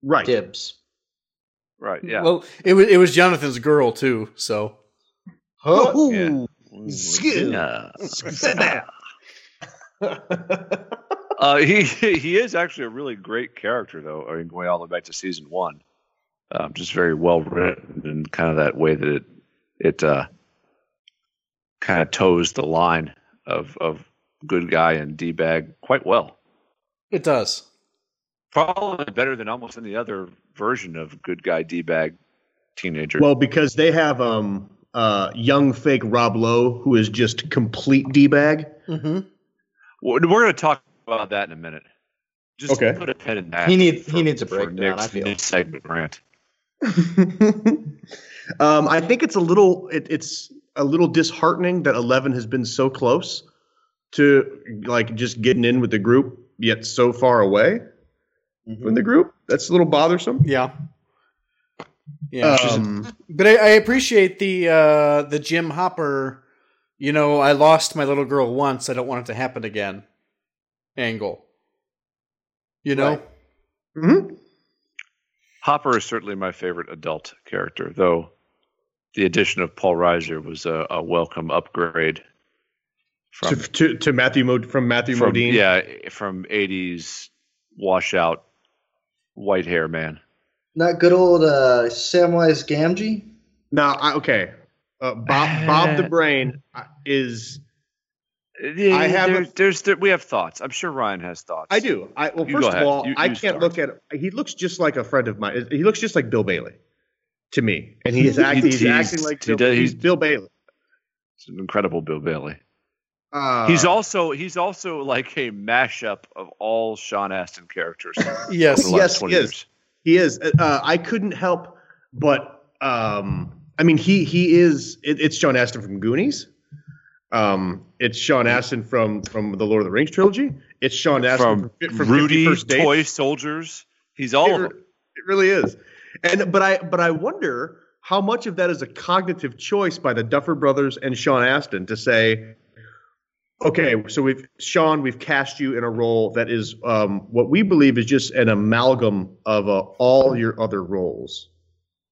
Speaker 6: right,
Speaker 5: dibs.
Speaker 1: Right. Yeah.
Speaker 7: well, it was it was Jonathan's girl too. So
Speaker 5: Huh?
Speaker 1: yeah.
Speaker 6: Skill.
Speaker 1: Yeah.
Speaker 6: Said
Speaker 1: <laughs>
Speaker 6: that.
Speaker 1: Uh, he he is actually a really great character though. I mean, going all the way back to season one, um, just very well written and kind of that way that it it uh, kind of toes the line of of good guy and d bag quite well.
Speaker 7: it does.
Speaker 1: Probably better than almost any other version of good guy d bag teenager.
Speaker 6: Well, because they have um uh young fake Rob Lowe who is just complete d bag.
Speaker 7: Mm-hmm.
Speaker 1: We're going to talk about that in a minute. Just
Speaker 6: Okay.
Speaker 1: put a pen in that.
Speaker 5: He need- he needs a
Speaker 1: for
Speaker 5: breakdown,
Speaker 1: Nick's-
Speaker 5: I feel.
Speaker 1: Nick's segment rant.
Speaker 6: <laughs> um, I think it's a little it, it's a little disheartening that Eleven has been so close to like just getting in with the group, yet so far away from the group. That's a little bothersome.
Speaker 7: Yeah. Yeah.
Speaker 6: Um,
Speaker 7: But I, I appreciate the uh, the Jim Hopper. You know, I lost my little girl once. I don't want it to happen again. Angle. You know,
Speaker 5: Right.
Speaker 6: mhm.
Speaker 1: Hopper is certainly my favorite adult character, though the addition of Paul Reiser was a, a welcome upgrade
Speaker 6: to,
Speaker 1: from,
Speaker 6: to to Matthew Mod- from Matthew
Speaker 1: from
Speaker 6: Modine.
Speaker 1: yeah from '80s washout white hair man.
Speaker 5: Not good old uh, Samwise Gamgee.
Speaker 6: Now, I, okay, Uh, Bob Bob the Brain uh, is I have
Speaker 1: There-
Speaker 6: a-
Speaker 1: there's there, we have thoughts. I'm sure Ryan has thoughts.
Speaker 6: I do. I well,
Speaker 1: You
Speaker 6: first
Speaker 1: go
Speaker 6: of
Speaker 1: ahead.
Speaker 6: all,
Speaker 1: You-
Speaker 6: I
Speaker 1: you
Speaker 6: can't
Speaker 1: start.
Speaker 6: look at. He looks just like a friend of mine. He looks just like Bill Bailey to me, and he is acting. he's
Speaker 1: teased.
Speaker 6: acting like
Speaker 1: He
Speaker 6: Bill,
Speaker 1: does-
Speaker 6: he's
Speaker 1: he's-
Speaker 6: Bill Bailey.
Speaker 1: It's an incredible Bill Bailey.
Speaker 6: Uh,
Speaker 1: he's also he's also like a mashup of all Sean Astin characters. over <laughs>
Speaker 7: Yes.
Speaker 1: the last
Speaker 6: Yes,
Speaker 1: 20
Speaker 6: he is.
Speaker 1: years.
Speaker 6: He is. Uh, I couldn't help but. Um, I mean, he he is. It, it's Sean Astin from Goonies. Um, it's Sean Astin from from the Lord of the Rings trilogy. It's Sean Astin
Speaker 1: From, Rudy
Speaker 6: 51st Dates.
Speaker 1: Toy Soldiers. He's all of
Speaker 6: it,
Speaker 1: them.
Speaker 6: it really is. And but I but I wonder how much of that is a cognitive choice by the Duffer brothers and Sean Astin to say, okay, so we've Sean, we've cast you in a role that is um, what we believe is just an amalgam of uh, all your other roles.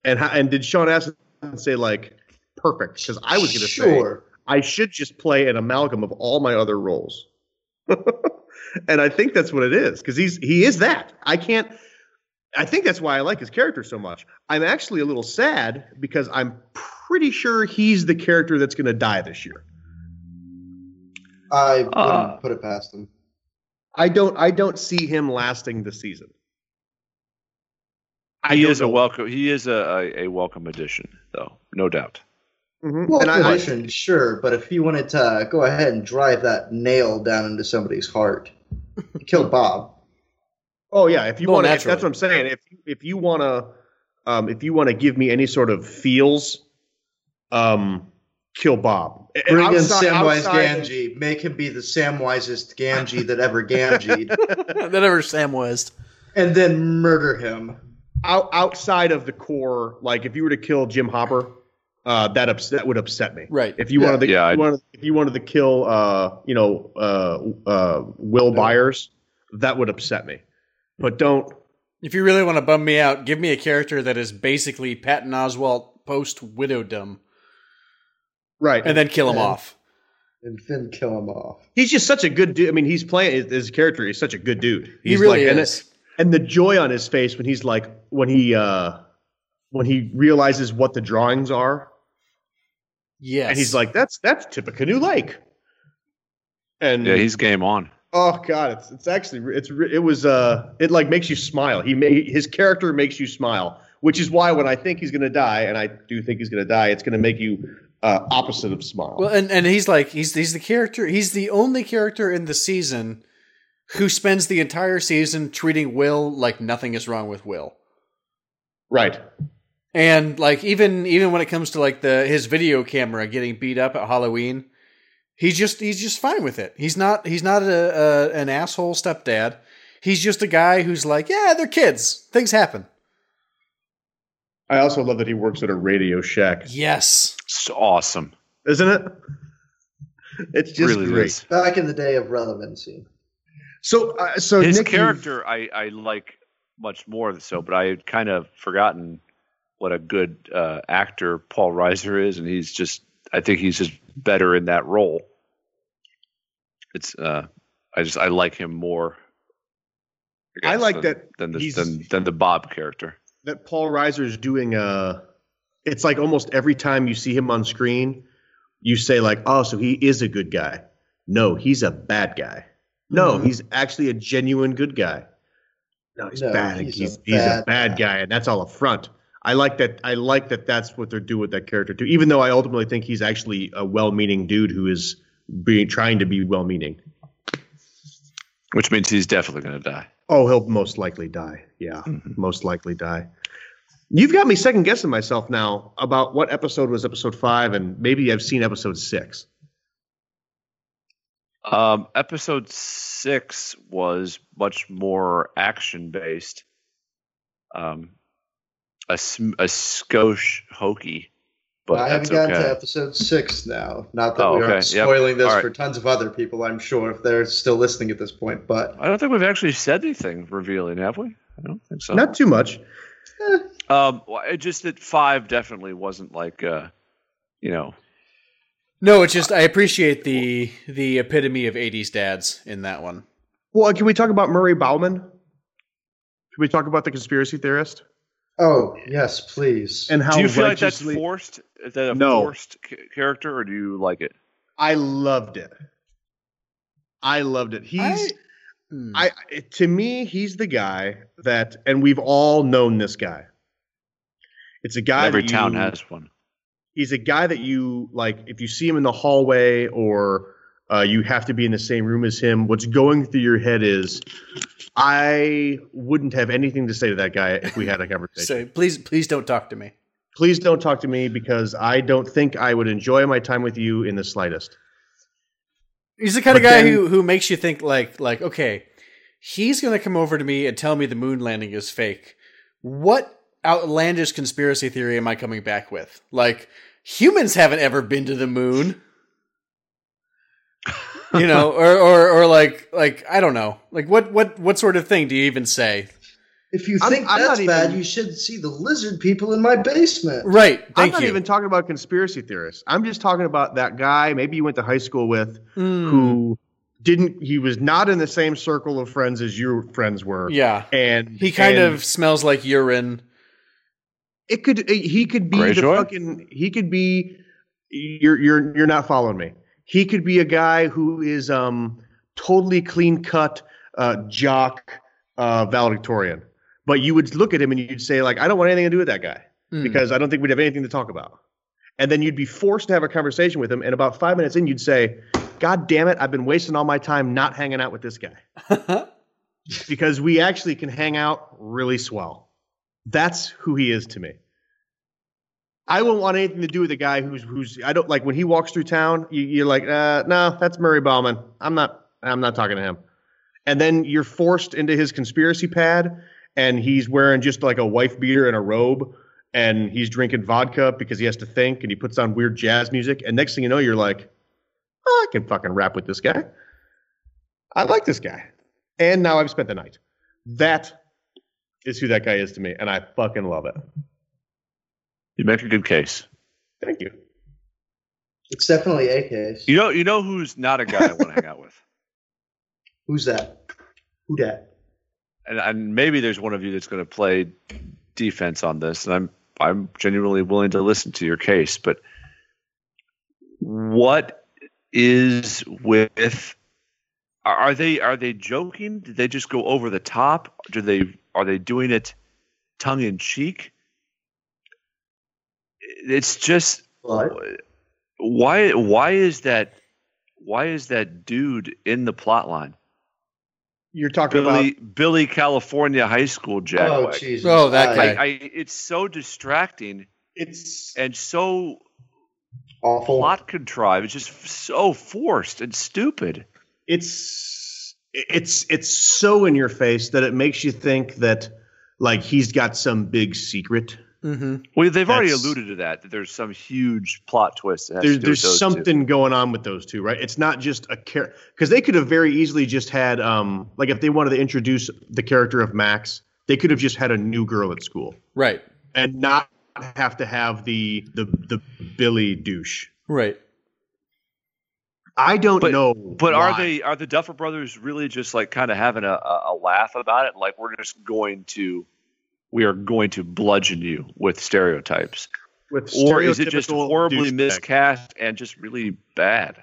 Speaker 6: And how, and did Sean Astin say like perfect? Because I was going to say
Speaker 5: sure.
Speaker 6: I should just play an amalgam of all my other roles. <laughs> and I think that's what it is because he's he is that. I can't. I think that's why I like his character so much. I'm actually a little sad because I'm pretty sure he's the character that's going to die this year.
Speaker 5: I wouldn't
Speaker 6: Ah.
Speaker 1: Uh,
Speaker 5: put it past him.
Speaker 6: I don't. I don't see him lasting the season. I
Speaker 1: He
Speaker 6: don't
Speaker 1: is a
Speaker 6: know.
Speaker 1: welcome. He is a, a, a welcome addition, though, no doubt.
Speaker 6: Mhm.
Speaker 5: Well,
Speaker 6: and I, I,
Speaker 5: position, sure, but if he wanted to uh, go ahead and drive that nail down into somebody's heart, kill Bob.
Speaker 6: oh yeah, if you
Speaker 7: Well,
Speaker 6: want, to, that's
Speaker 7: naturally.
Speaker 6: what I'm saying. If if you want to, um, if you want to give me any sort of feels, um, kill Bob. <laughs> And
Speaker 5: Bring in
Speaker 6: outside-
Speaker 5: Samwise
Speaker 6: outside of-
Speaker 5: Gamgee. Make him be the Samwisest Gamgee
Speaker 6: <laughs>
Speaker 5: that ever Gamgeed,
Speaker 7: that ever Sam was.
Speaker 5: and then murder him.
Speaker 6: out, outside of the core, like if you were to kill Jim Hopper, uh, that ups- that would upset me.
Speaker 7: Right.
Speaker 6: If you
Speaker 5: Yeah.
Speaker 6: wanted to,
Speaker 1: Yeah,
Speaker 6: if,
Speaker 1: I'd-
Speaker 6: you wanted, if you wanted to kill, uh, you know, uh, uh, Will Byers, that would upset me. But don't.
Speaker 7: If you really want to bum me out, give me a character that is basically Patton Oswalt post widowdom,
Speaker 6: Right.
Speaker 7: and then kill him
Speaker 5: Yeah.
Speaker 7: off.
Speaker 5: And then kill him off.
Speaker 6: he's just such a good dude. I mean, he's playing his character is such a good dude. He's
Speaker 7: he really
Speaker 6: like, and it-
Speaker 7: is.
Speaker 6: and the joy on his face when he's like when he uh when he realizes what the drawings are
Speaker 7: yes.
Speaker 6: and he's like that's that's Tippecanoe Lake and
Speaker 1: Yeah, he's game on.
Speaker 6: oh god it's it's actually re- it's re- it was uh it like makes you smile he made his character makes you smile which is why when I think he's gonna die and I do think he's gonna die it's gonna make you uh opposite of smile
Speaker 7: Well, and, and he's like he's he's the character he's the only character in the season who spends the entire season treating Will like nothing is wrong with Will.
Speaker 6: right
Speaker 7: And like even even when it comes to like the his video camera getting beat up at Halloween, he's just he's just fine with it. He's not he's not a, a an asshole stepdad. He's just a guy who's like, yeah, they're kids. Things happen.
Speaker 6: I also love that he works at a Radio Shack
Speaker 7: Yes.
Speaker 1: It's awesome.
Speaker 6: isn't it it's just
Speaker 1: really
Speaker 6: great.
Speaker 1: is.
Speaker 5: Back in the day of relevancy.
Speaker 6: So, uh, so
Speaker 1: His
Speaker 6: Nick, you-
Speaker 1: character, I, I like much more than so, but I had kind of forgotten what a good uh, actor Paul Reiser is, and he's just. I think he's just better in that role. It's. Uh, I just I like him more.
Speaker 6: I
Speaker 1: than,
Speaker 6: like that
Speaker 1: than the
Speaker 6: he's-
Speaker 1: than, than the Bob character.
Speaker 6: that Paul Reiser is doing a. It's like almost every time you see him on screen, you say like, "Oh, so he is a good guy." No, he's a bad guy. No,
Speaker 5: Mhm.
Speaker 6: he's actually a genuine good guy. No, he's
Speaker 5: No,
Speaker 6: bad. and
Speaker 5: he's a
Speaker 6: He's, he's a
Speaker 5: bad
Speaker 6: bad guy, and that's all a front. I like that. I like that. That's what they're doing with that character too. Even though I ultimately think he's actually a well-meaning dude who is being trying to be well-meaning.
Speaker 1: Which means he's definitely going to die.
Speaker 6: Oh, he'll most likely die. Yeah,
Speaker 1: Mm-hmm.
Speaker 6: most likely die. You've got me second guessing myself now about what episode was episode five, and maybe I've seen episode six.
Speaker 1: Um, episode six was much more action based. Um, a sm- a skosh hokey, but
Speaker 5: I
Speaker 1: that's
Speaker 5: haven't gotten
Speaker 1: okay.
Speaker 5: to episode six now. Not that
Speaker 1: Oh,
Speaker 5: we
Speaker 1: okay.
Speaker 5: aren't
Speaker 1: Yep.
Speaker 5: spoiling this
Speaker 1: All right.
Speaker 5: for tons of other people, I'm sure, if they're still listening at this point. But
Speaker 1: I don't think we've actually said anything revealing, have we? I don't think so.
Speaker 6: Not too much.
Speaker 1: Um, well, it just that five definitely wasn't like uh, you know,
Speaker 7: No, it's just I appreciate the the epitome of '80s dads in that one.
Speaker 6: Well, can we talk about Murray Bauman? Can we talk about the conspiracy theorist?
Speaker 5: Oh yes, please.
Speaker 6: and how
Speaker 1: do you feel like that's
Speaker 6: righteously
Speaker 1: forced? Is that a
Speaker 6: No.
Speaker 1: forced c- character, or do you like it?
Speaker 6: I loved it. I loved it. He's
Speaker 7: Hmm.
Speaker 6: I, I to me, he's the guy that, and we've all known this guy. It's a guy.
Speaker 1: Every
Speaker 6: that
Speaker 1: town
Speaker 6: you-
Speaker 1: has one.
Speaker 6: He's a guy that you like. If you see him in the hallway, or uh, you have to be in the same room as him, what's going through your head is, I wouldn't have anything to say to that guy if we had a conversation.
Speaker 7: Say, please, please don't talk to me.
Speaker 6: Please don't talk to me because I don't think I would enjoy my time with you in the slightest.
Speaker 7: He's the kind of
Speaker 6: But
Speaker 7: guy
Speaker 6: then-
Speaker 7: who who makes you think like like okay, he's gonna come over to me and tell me the moon landing is fake. What outlandish conspiracy theory am I coming back with? Like humans haven't ever been to the moon.
Speaker 6: <laughs>
Speaker 7: you know, or, or or like like I don't know. Like what what what sort of thing do you even say?
Speaker 5: if you
Speaker 6: I'm-
Speaker 5: think
Speaker 6: I'm
Speaker 5: that's
Speaker 6: not
Speaker 5: bad,
Speaker 6: even-
Speaker 5: you should see the lizard people in my basement.
Speaker 7: Right. Thank
Speaker 6: I'm not
Speaker 7: you.
Speaker 6: even talking about conspiracy theorists. I'm just talking about that guy maybe you went to high school with
Speaker 7: Mm,
Speaker 6: who didn't he was not in the same circle of friends as your friends were.
Speaker 7: yeah.
Speaker 6: And
Speaker 7: He kind
Speaker 6: and
Speaker 7: of smells like urine.
Speaker 6: it could uh, he could be the
Speaker 1: Greyjoy?
Speaker 6: fucking he could be you're you're you're not following me. He could be a guy who is um totally clean cut uh jock uh valedictorian. But you would look at him and you'd say like I don't want anything to do with that guy.
Speaker 7: Mm.
Speaker 6: because I don't think we'd have anything to talk about. And then you'd be forced to have a conversation with him. And about five minutes in, you'd say, God damn it, I've been wasting all my time not hanging out with this guy because we actually can hang out really swell. That's who he is to me. I wouldn't want anything to do with a guy who's who's I don't like when he walks through town. You, you're like, uh, no, that's Murray Bauman. I'm not. I'm not talking to him. And then you're forced into his conspiracy pad, and he's wearing just like a wife beater and a robe, and he's drinking vodka because he has to think, and he puts on weird jazz music. And next thing you know, you're like, oh, I can fucking rap with this guy. I like this guy. And now I've spent the night. That is who that guy is to me, and I fucking love it.
Speaker 1: You make a good case.
Speaker 6: Thank you.
Speaker 5: It's definitely a case.
Speaker 1: You know, you know who's not a guy I want to hang out with,
Speaker 5: Who's that? Who that?
Speaker 1: and, and maybe there's one of you that's going to play defense on this, and I'm I'm genuinely willing to listen to your case, but what is with are- are they are they joking? Did they just go over the top? Do they are they doing it tongue in cheek? It's just
Speaker 5: But
Speaker 1: why why is that why is that dude in the plot line?
Speaker 6: You're talking
Speaker 1: Billy Billy California High School Jack.
Speaker 5: oh
Speaker 1: Black.
Speaker 5: Jesus!
Speaker 7: Oh, that
Speaker 5: I-
Speaker 1: I,
Speaker 7: guy.
Speaker 1: I, it's so distracting
Speaker 6: it's
Speaker 1: and so
Speaker 5: Awful.
Speaker 1: plot contrived. It's just so forced and stupid.
Speaker 6: it's it's it's so in your face that it makes you think that like he's got some big secret.
Speaker 7: hmm
Speaker 1: Well, they've already
Speaker 6: That's-
Speaker 1: alluded to that. That there's some huge plot twist. That has
Speaker 6: There's
Speaker 1: to do with
Speaker 6: there's
Speaker 1: those two.
Speaker 6: something going on with those two, right? It's not just a character because they could have very easily just had um like if they wanted to introduce the character of Max, they could have just had a new girl at school
Speaker 7: Right.
Speaker 6: and not have to have the the the Billy douche.
Speaker 7: Right.
Speaker 6: I don't know.
Speaker 1: But are
Speaker 6: why.
Speaker 1: they are the Duffer Brothers really just like kind of having a, a, a laugh about it? Like we're just going to we are going to bludgeon you with stereotypes,
Speaker 6: with
Speaker 1: or is it just
Speaker 6: stereotypical
Speaker 1: horribly
Speaker 6: douchebag?
Speaker 1: miscast and just really bad?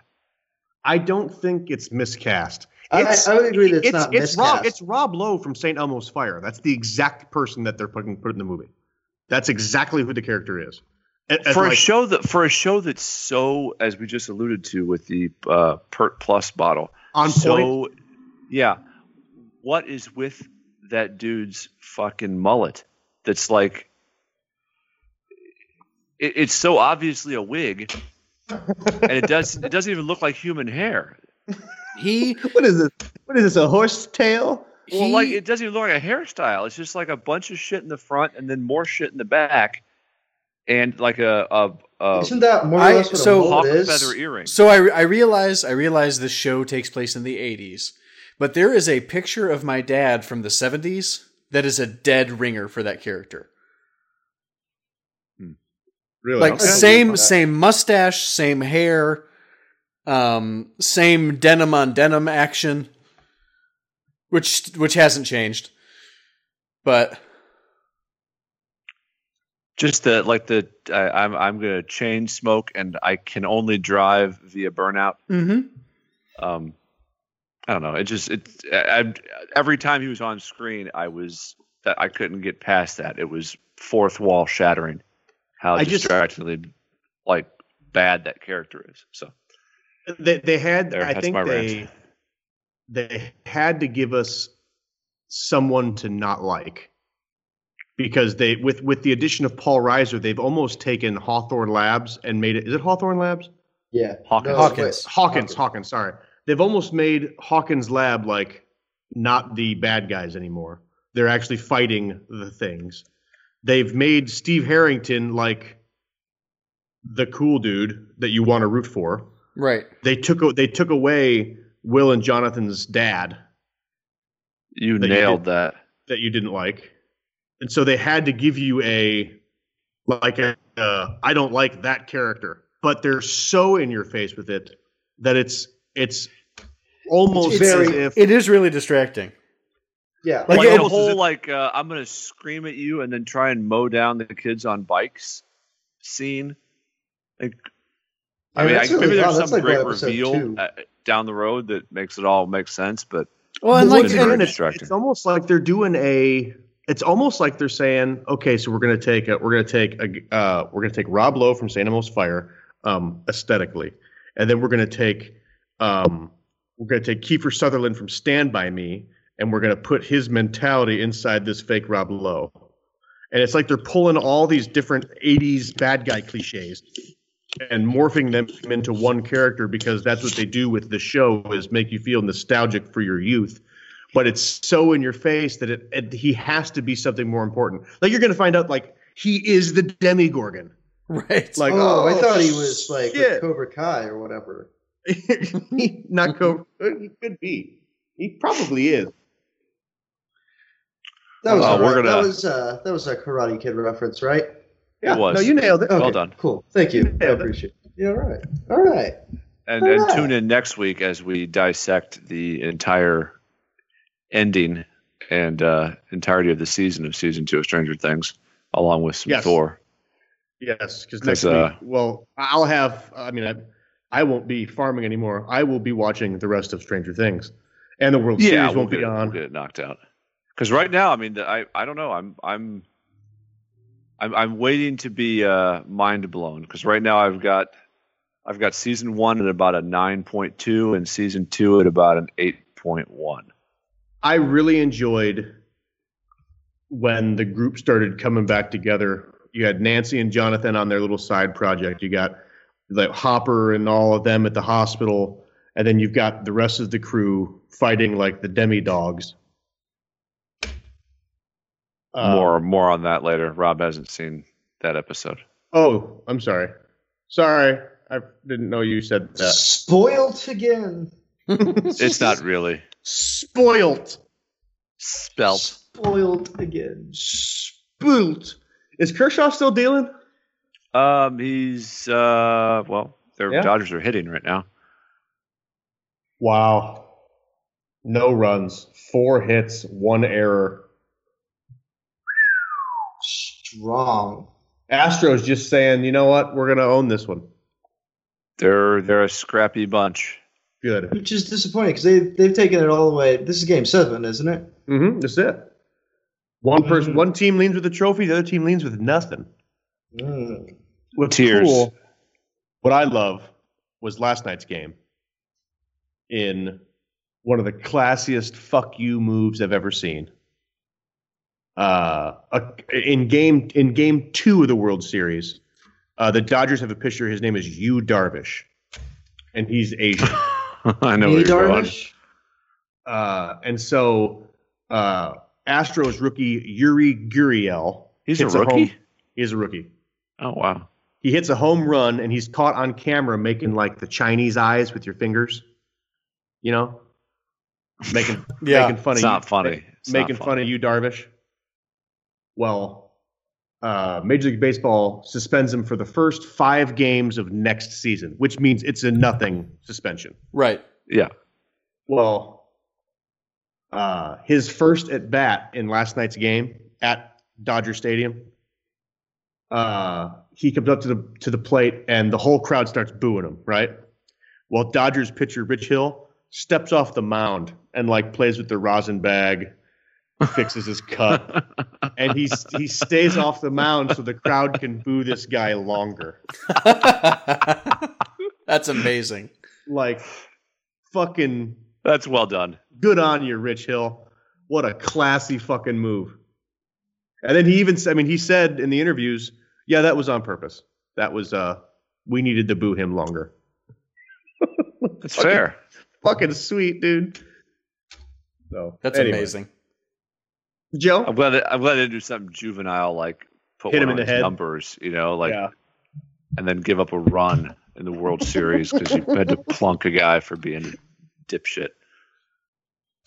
Speaker 6: I don't think it's miscast.
Speaker 5: I,
Speaker 6: It's-
Speaker 5: I would agree that it's,
Speaker 6: it's
Speaker 5: not
Speaker 6: it's Rob
Speaker 5: miscast.
Speaker 6: it's Rob Lowe from St. Elmo's Fire. That's the exact person that they're putting put in the movie. That's exactly who the character is. A- as
Speaker 1: For a
Speaker 6: like-
Speaker 1: show that for a show that's so as we just alluded to with the uh, Pert Plus bottle
Speaker 6: on
Speaker 1: so,
Speaker 6: point.
Speaker 1: Yeah, what is with that dude's fucking mullet? That's like. it- It's so obviously a wig, and it does it doesn't even look like human hair.
Speaker 7: He
Speaker 6: What is this? What is this? A horse tail?
Speaker 1: Well,
Speaker 7: he-
Speaker 1: like it doesn't even look like a hairstyle. It's just like a bunch of shit in the front and then more shit in the back, and like a a, a
Speaker 5: Isn't that more or
Speaker 7: I-
Speaker 5: less what
Speaker 7: so-
Speaker 5: a
Speaker 1: hawk
Speaker 5: mullet is?
Speaker 1: feather earring.
Speaker 7: So I, I realize I realize the show takes place in the 80s, but there is a picture of my dad from the 70s that is a dead ringer for that character.
Speaker 6: Really?
Speaker 7: Like
Speaker 5: Okay.
Speaker 7: same same mustache, same hair, um, same denim on denim action, which which hasn't changed. But
Speaker 1: Just the like the I, I'm I'm gonna chain smoke and I can only drive via burnout.
Speaker 7: Mm-hmm.
Speaker 1: Um, I don't know. It just it I, I, every time he was on screen, I was I couldn't get past that. It was fourth wall shattering. How
Speaker 6: I just-
Speaker 1: distractingly like bad that character is. So
Speaker 6: They they had
Speaker 1: There,
Speaker 6: I
Speaker 1: that's
Speaker 6: think
Speaker 1: my rant.
Speaker 6: they they had to give us someone to not like because they with with the addition of Paul Reiser, they've almost taken Hawthorne Labs and made it. Is it Hawthorne Labs?
Speaker 5: Yeah.
Speaker 1: Hawkins.
Speaker 5: No,
Speaker 6: Hawkins.
Speaker 5: wait.
Speaker 6: Hawkins. Hawkins. Sorry, they've almost made Hawkins Lab like not the bad guys anymore. They're actually fighting the things. They've made Steve Harrington like the cool dude that you want to root for
Speaker 7: Right.
Speaker 6: they took a- they took away Will and Jonathan's dad
Speaker 1: you
Speaker 6: That you
Speaker 1: nailed
Speaker 6: did-
Speaker 1: that.
Speaker 6: that you didn't like, and so they had to give you a like a uh, I don't like that character, but they're so in your face with it that it's it's almost
Speaker 5: It's- it's-
Speaker 6: as if
Speaker 7: It is really distracting.
Speaker 5: Yeah.
Speaker 7: Like,
Speaker 1: Like,
Speaker 7: it-
Speaker 1: the
Speaker 6: almost as
Speaker 1: whole
Speaker 6: if-
Speaker 1: like uh, I'm gonna scream at you and then try and mow down the kids on bikes scene. Like, I
Speaker 5: Yeah,
Speaker 1: mean, I,
Speaker 5: that's really
Speaker 1: maybe
Speaker 5: odd.
Speaker 1: there's
Speaker 5: That's
Speaker 1: some
Speaker 5: like
Speaker 1: great
Speaker 5: episode
Speaker 1: reveal
Speaker 5: two.
Speaker 1: uh, down the road that makes it all make sense, but
Speaker 7: Well, and
Speaker 6: But
Speaker 7: like
Speaker 6: once
Speaker 1: and-
Speaker 6: again, it's,
Speaker 1: distracting.
Speaker 6: it's almost like they're doing a. It's almost like they're saying, okay, so we're gonna take a, we're gonna take a, uh, we're gonna take Rob Lowe from Santa Mo's Fire, um, aesthetically, and then we're gonna take, um, we're gonna take Kiefer Sutherland from Stand by Me, and we're gonna put his mentality inside this fake Rob Lowe, and it's like they're pulling all these different '80s bad guy cliches and morphing them into one character because that's what they do with the show is make you feel nostalgic for your youth but it's so in your face that it, it he has to be something more important like you're going to find out like he is the demigorgon
Speaker 7: right.
Speaker 6: like
Speaker 5: oh, I thought he was like
Speaker 6: shit.
Speaker 5: with Cobra Kai or whatever.
Speaker 6: <laughs> not co- he could be he probably is
Speaker 5: That was,
Speaker 1: Oh,
Speaker 5: all
Speaker 1: we're
Speaker 5: right.
Speaker 1: gonna-
Speaker 5: that was uh, that was a Karate Kid reference, right?
Speaker 6: yeah
Speaker 1: was.
Speaker 6: no you nailed it
Speaker 5: Okay,
Speaker 1: well done.
Speaker 5: Cool. Thank you. I
Speaker 6: Yeah, that-
Speaker 5: appreciate it. Yeah, all right. All right.
Speaker 1: And,
Speaker 6: Oh,
Speaker 1: and
Speaker 5: Alright.
Speaker 1: tune in next week as we dissect the entire ending and uh, entirety of the season of season two of Stranger Things, along with some
Speaker 6: Yes.
Speaker 1: Thor.
Speaker 6: yes because
Speaker 1: 'Cause,
Speaker 6: next
Speaker 1: uh,
Speaker 6: week well i'll have i mean I, I won't be farming anymore i will be watching the rest of stranger things and the world series
Speaker 1: we'll
Speaker 6: won't
Speaker 1: get
Speaker 6: be
Speaker 1: it- we'll
Speaker 6: on
Speaker 1: get it knocked out. Because right now, I mean, the, I I don't know. I'm I'm I'm I'm waiting to be uh, mind blown. Because right now, I've got I've got season one at about a nine point two and season two at about an eight point one.
Speaker 6: I really enjoyed when the group started coming back together. You had Nancy and Jonathan on their little side project. You got like Hopper and all of them at the hospital, and then you've got the rest of the crew fighting like the demi dogs. Ah. Uh,
Speaker 1: more more on that later. Rob hasn't seen that episode.
Speaker 6: Oh, I'm sorry. Sorry, I didn't know you said that.
Speaker 5: Spoilt again.
Speaker 1: It's not really
Speaker 6: Spoilt.
Speaker 1: spelt.
Speaker 5: Spoiled again.
Speaker 6: Spoilt. Is Kershaw still dealing?
Speaker 1: Um, he's uh, well, their
Speaker 6: Yeah.
Speaker 1: Dodgers are hitting right now.
Speaker 6: Wow. No runs, four hits, one error.
Speaker 5: Strong.
Speaker 6: Astros just saying, you know what, we're gonna own this one.
Speaker 1: They're they're a scrappy bunch. <laughs>
Speaker 6: Good.
Speaker 5: Which is disappointing because they they've taken it all the way. This is game seven, isn't it?
Speaker 6: Mm-hmm. That's it. One person, one team leans with a trophy, the other team leans with nothing.
Speaker 5: Mm.
Speaker 6: What's
Speaker 1: Tears.
Speaker 6: cool- what I love was last night's game. In one of the classiest "fuck you" moves I've ever seen. Uh, a- in game in game two of the World Series, uh, the Dodgers have a pitcher. His name is Yu Darvish, and he's
Speaker 1: <laughs>
Speaker 6: Asian.
Speaker 1: I know where
Speaker 5: Me,
Speaker 1: you're going.
Speaker 5: Darvish?
Speaker 6: Uh, and so uh, Astros rookie Yuri Gurriel.
Speaker 1: He's a
Speaker 6: hits
Speaker 1: rookie.
Speaker 6: home- he's a rookie.
Speaker 1: Oh wow.
Speaker 6: He hits a home run and he's caught on camera making like the Chinese eyes with your fingers. You know? Making
Speaker 7: yeah.
Speaker 6: making fun
Speaker 1: It's
Speaker 6: of you-
Speaker 1: not funny. It's
Speaker 6: making
Speaker 1: not
Speaker 6: fun of you, Darvish. Well, uh, Major League Baseball suspends him for the first five games of next season, which means it's a nothing suspension.
Speaker 7: right.
Speaker 1: Yeah.
Speaker 6: Well, uh, his first at bat in last night's game at Dodger Stadium, uh, he comes up to the to the plate, and the whole crowd starts booing him. Right. Well, Dodgers pitcher Rich Hill steps off the mound and like plays with the rosin bag, fixes his cut, and he he stays off the mound so the crowd can boo this guy longer.
Speaker 7: That's amazing.
Speaker 6: Like, fucking
Speaker 1: That's well done.
Speaker 6: good on you, Rich Hill. What a classy fucking move. And then he even, I mean, he said in the interviews, yeah, that was on purpose. That was, uh, we needed to boo him longer.
Speaker 1: <laughs> That's fair.
Speaker 6: Fucking sweet, dude. So
Speaker 7: That's
Speaker 6: anyway.
Speaker 7: amazing.
Speaker 1: I'm
Speaker 6: Joe,
Speaker 1: glad. I- I'm glad they do something juvenile like put
Speaker 6: Hit
Speaker 1: one
Speaker 6: him
Speaker 1: on
Speaker 6: in the
Speaker 1: his
Speaker 6: head.
Speaker 1: numbers. You know, like
Speaker 6: yeah,
Speaker 1: and then give up a run in the World Series because you
Speaker 6: <laughs>
Speaker 1: had to plunk a guy for being a dipshit.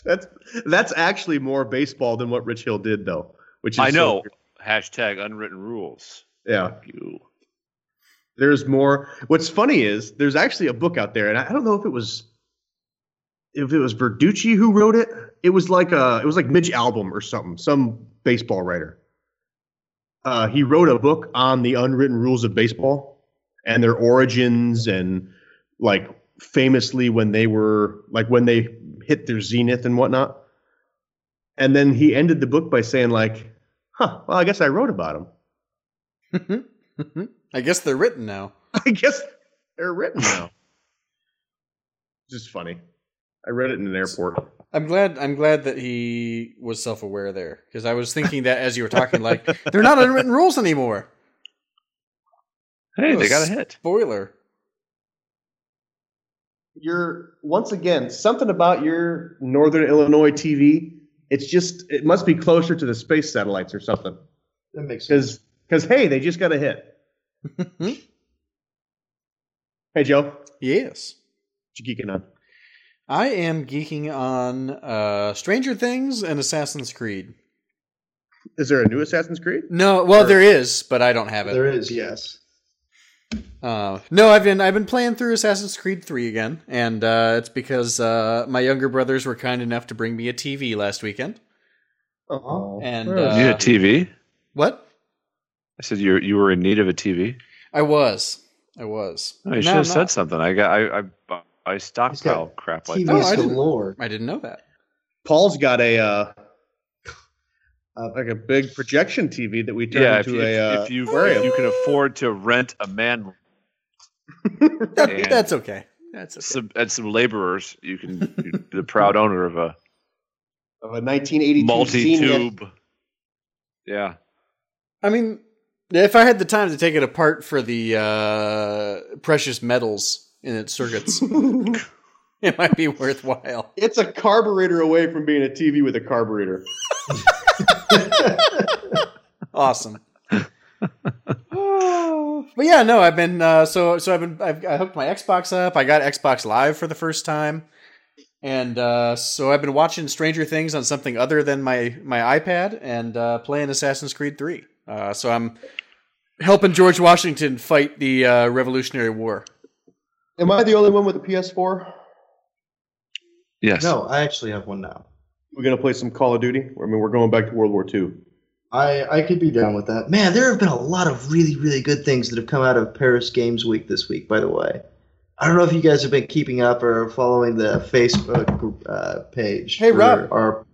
Speaker 6: that's that's actually more baseball than what Rich Hill did, though. Which is
Speaker 1: I
Speaker 6: so
Speaker 1: know.
Speaker 6: weird.
Speaker 1: Hashtag unwritten rules.
Speaker 6: yeah,
Speaker 1: Fuck You.
Speaker 6: there's more what's funny is there's actually a book out there and i I don't know if it was if it was verducci who wrote it it was like a it was like midge album or something some baseball writer uh, he wrote a book on the unwritten rules of baseball and their origins and like famously when they were like when they hit their zenith and whatnot and then he ended the book by saying like huh well i guess i wrote about him
Speaker 7: I guess they're written now.
Speaker 6: <laughs> I guess they're written <laughs> now. Just funny. I read it in an airport.
Speaker 7: I'm glad. I'm glad that he was self-aware there because I was thinking that as you were talking, like they're not unwritten rules anymore.
Speaker 1: Hey,
Speaker 7: Oh,
Speaker 1: they got
Speaker 7: s-
Speaker 1: a hit.
Speaker 7: Spoiler.
Speaker 6: You're once again something about your Northern Illinois TV. It's just it must be closer to the space satellites or something.
Speaker 3: That makes sense.
Speaker 6: Because because hey, they just got a hit. hey Joe, what
Speaker 7: Yes.
Speaker 6: you geeking on?
Speaker 7: I am geeking on uh, Stranger Things and Assassin's Creed.
Speaker 6: Is there a new Assassin's Creed?
Speaker 7: No, well, there is, but I don't have it.
Speaker 3: There is, yes.
Speaker 7: Uh, no, I've been I've been playing through Assassin's Creed three again, and uh, it's because uh, my younger brothers were kind enough to bring me a TV last weekend.
Speaker 6: Oh,
Speaker 7: And,
Speaker 6: Where is
Speaker 1: you need a
Speaker 7: Uh,
Speaker 1: TV.
Speaker 7: What?
Speaker 1: I said you you were in need of a TV.
Speaker 7: I was, I was.
Speaker 1: No, you
Speaker 7: Now
Speaker 1: should have
Speaker 7: I'm
Speaker 1: said
Speaker 7: not.
Speaker 1: something. I got I I, I stockpile crap like
Speaker 3: TV's
Speaker 1: that.
Speaker 7: No, I didn't.
Speaker 3: galore.
Speaker 7: I didn't know that.
Speaker 6: Paul's got a uh,
Speaker 3: Uh,
Speaker 6: like a big projection TV that we turned
Speaker 1: Yeah, if,
Speaker 6: into
Speaker 1: you,
Speaker 6: a
Speaker 1: if,
Speaker 6: uh,
Speaker 1: if you if
Speaker 6: aquarium.
Speaker 1: you can afford to rent a man
Speaker 7: That-
Speaker 1: And-
Speaker 7: <laughs> that's okay. That's okay.
Speaker 1: some, and some laborers, you can you're the proud owner of a
Speaker 6: of a 1982
Speaker 1: multi
Speaker 6: Zenith.
Speaker 1: tube. Yeah,
Speaker 7: I mean, if I had the time to take it apart for the uh, precious metals in its circuits, <laughs> it might be worthwhile.
Speaker 6: It's a carburetor away from being a TV with a carburetor.
Speaker 7: Awesome. but yeah, no, I've been uh, so so I've been I've, I hooked my Xbox up. I got Xbox Live for the first time, and uh, so I've been watching Stranger Things on something other than my my iPad and uh, playing Assassin's Creed Three. Uh, so I'm helping George Washington fight the uh, Revolutionary War.
Speaker 6: Am I the only one with a PS4?
Speaker 1: yes.
Speaker 3: No, I actually have one now.
Speaker 6: We're gonna play some Call of Duty. I mean, we're going back to World War II.
Speaker 3: I, I could be down with that. Man, there have been a lot of really, really good things that have come out of Paris Games Week this week, by the way. I don't know if you guys have been keeping up or following the Facebook uh, page.
Speaker 7: Hey,
Speaker 3: for
Speaker 7: Rob.
Speaker 3: Our,